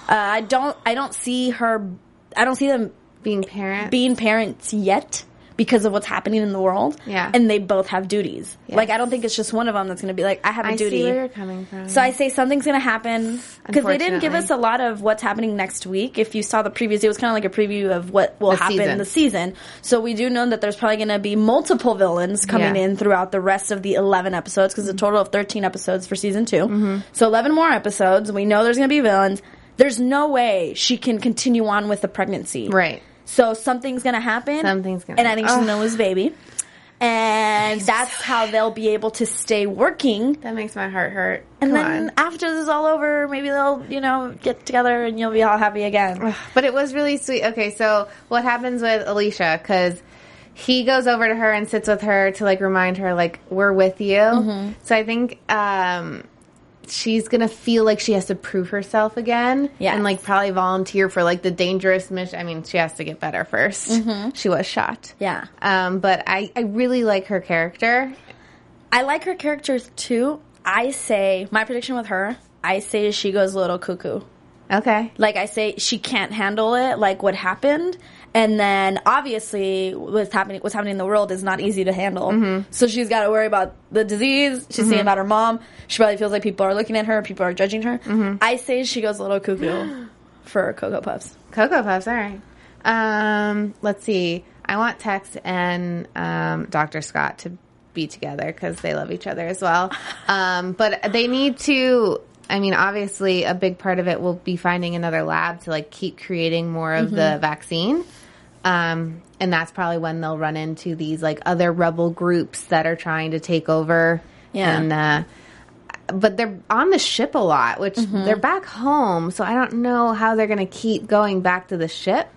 Speaker 2: I don't. I don't see her. I don't see them
Speaker 3: Being parent,
Speaker 2: being parents yet because of what's happening in the world.
Speaker 3: Yeah.
Speaker 2: and they both have duties. Like
Speaker 3: Yes.
Speaker 2: I don't think it's just one of them that's going to be like I have a
Speaker 3: I
Speaker 2: duty.
Speaker 3: see where you're coming from.
Speaker 2: So I say something's going to happen because they didn't give us a lot of what's happening next week. If you saw the previous, it was kind of like a preview of what will
Speaker 3: The
Speaker 2: happen
Speaker 3: season.
Speaker 2: this season. So we do know that there's probably going to be multiple villains coming
Speaker 3: Yeah.
Speaker 2: in throughout the rest of the 11 episodes because a total of 13 episodes for season 2.
Speaker 3: Mm-hmm.
Speaker 2: So 11 more episodes. We know there's going to be villains. There's no way she can continue on with the pregnancy.
Speaker 3: right.
Speaker 2: So something's gonna happen.
Speaker 3: Something's gonna
Speaker 2: And I think she's
Speaker 3: happen.
Speaker 2: gonna lose baby. And that's how they'll be able to stay working.
Speaker 3: That makes my heart hurt.
Speaker 2: And
Speaker 3: Come
Speaker 2: then
Speaker 3: on.
Speaker 2: after this is all over, maybe they'll, you know, get together and you'll be all happy again.
Speaker 3: But it was really sweet. Okay, so what happens with Alicia? Because he goes over to her and sits with her to like remind her, like, we're with you. So I think um, she's going to feel like she has to prove herself again.
Speaker 2: Yes.
Speaker 3: And like probably volunteer for like the dangerous mission. I mean, she has to get better 1st She was shot.
Speaker 2: Yeah.
Speaker 3: Um, but I, I really like her character.
Speaker 2: I like her characters too. I say my prediction with her, I say she goes a little cuckoo.
Speaker 3: Okay.
Speaker 2: like I say, she can't handle it, like what happened. And then obviously what's happening, what's happening in the world is not easy to handle.
Speaker 3: Mm-hmm.
Speaker 2: So she's got to worry about the disease. She's thinking about her mom. She probably feels like people are looking at her. People are judging her.
Speaker 3: Mm-hmm.
Speaker 2: I say she goes a little cuckoo for Cocoa Puffs.
Speaker 3: Cocoa Puffs, all right. Um, let's see. I want Tex and um, Dr. Scott to be together because they love each other as well. Um, but they need to. I mean, obviously, a big part of it will be finding another lab to like keep creating more of the vaccine. Um, and that's probably when they'll run into these like other rebel groups that are trying to take over.
Speaker 2: Yeah.
Speaker 3: And uh, but they're on the ship a lot,
Speaker 2: Mm-hmm.
Speaker 3: which they're back home, so I don't know how they're going to keep going back to the ship.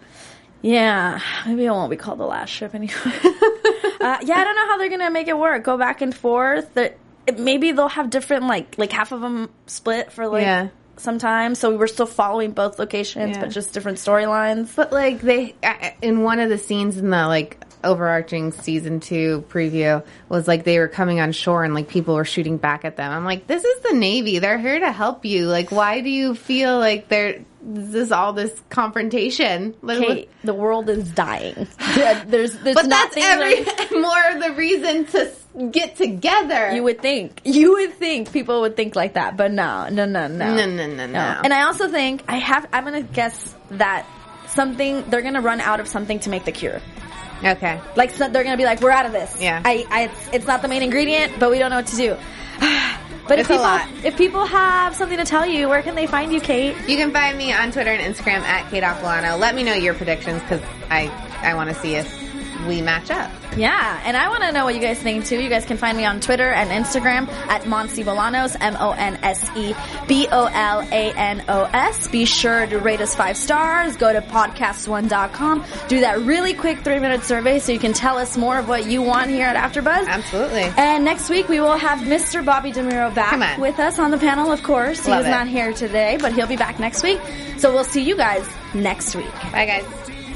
Speaker 2: Yeah, maybe it won't be called the last ship anyway. uh, yeah, I don't know how they're gonna make it work. Go back and forth. The- it- Maybe they'll have different like like half of them split for like
Speaker 3: Yeah.
Speaker 2: some time. So we were still following both locations,
Speaker 3: Yeah.
Speaker 2: but just different storylines.
Speaker 3: But like they I- in one of the scenes in the like overarching season 2 preview was like they were coming on shore and like people were shooting back at them. I'm like this is the navy. They're here to help you. Like why do you feel like they're this is all this confrontation? Like, what-
Speaker 2: Kate, the world is dying. There- There's, there's
Speaker 3: but that's
Speaker 2: nothing.
Speaker 3: every
Speaker 2: like-
Speaker 3: more of the reason to s- get together.
Speaker 2: you would think. You would think people would think like that, but no, no, no, no,
Speaker 3: No, no, no, no.
Speaker 2: And I also think I have. I'm gonna guess that something they're gonna run out of something to make the cure.
Speaker 3: okay.
Speaker 2: Like so they're gonna be like, we're out of this.
Speaker 3: Yeah.
Speaker 2: I, I it's, it's not the main ingredient, but we don't know what to do. but if
Speaker 3: It's a
Speaker 2: people
Speaker 3: lot.
Speaker 2: if people have something to tell you, where can they find you, Kate?
Speaker 3: You can find me on Twitter and Instagram at Kate Aquilano. Let me know your predictions because I I want to see if we match up.
Speaker 2: Yeah, and I want to know what you guys think too. You guys can find me on Twitter and Instagram at Monse Bolanos, M O N S E B O L A N O S. Be sure to rate us five stars. Go to podcast1.com. Do that really quick three minute survey so you can tell us more of what you want here at AfterBuzz.
Speaker 3: Absolutely.
Speaker 2: And next week we will have Mr. Bobby DeMiro
Speaker 3: Come
Speaker 2: back
Speaker 3: on.
Speaker 2: with us on the panel, of course. he
Speaker 3: Love
Speaker 2: was
Speaker 3: it.
Speaker 2: not here today, but he'll be back next week. So we'll see you guys next week.
Speaker 3: Bye guys.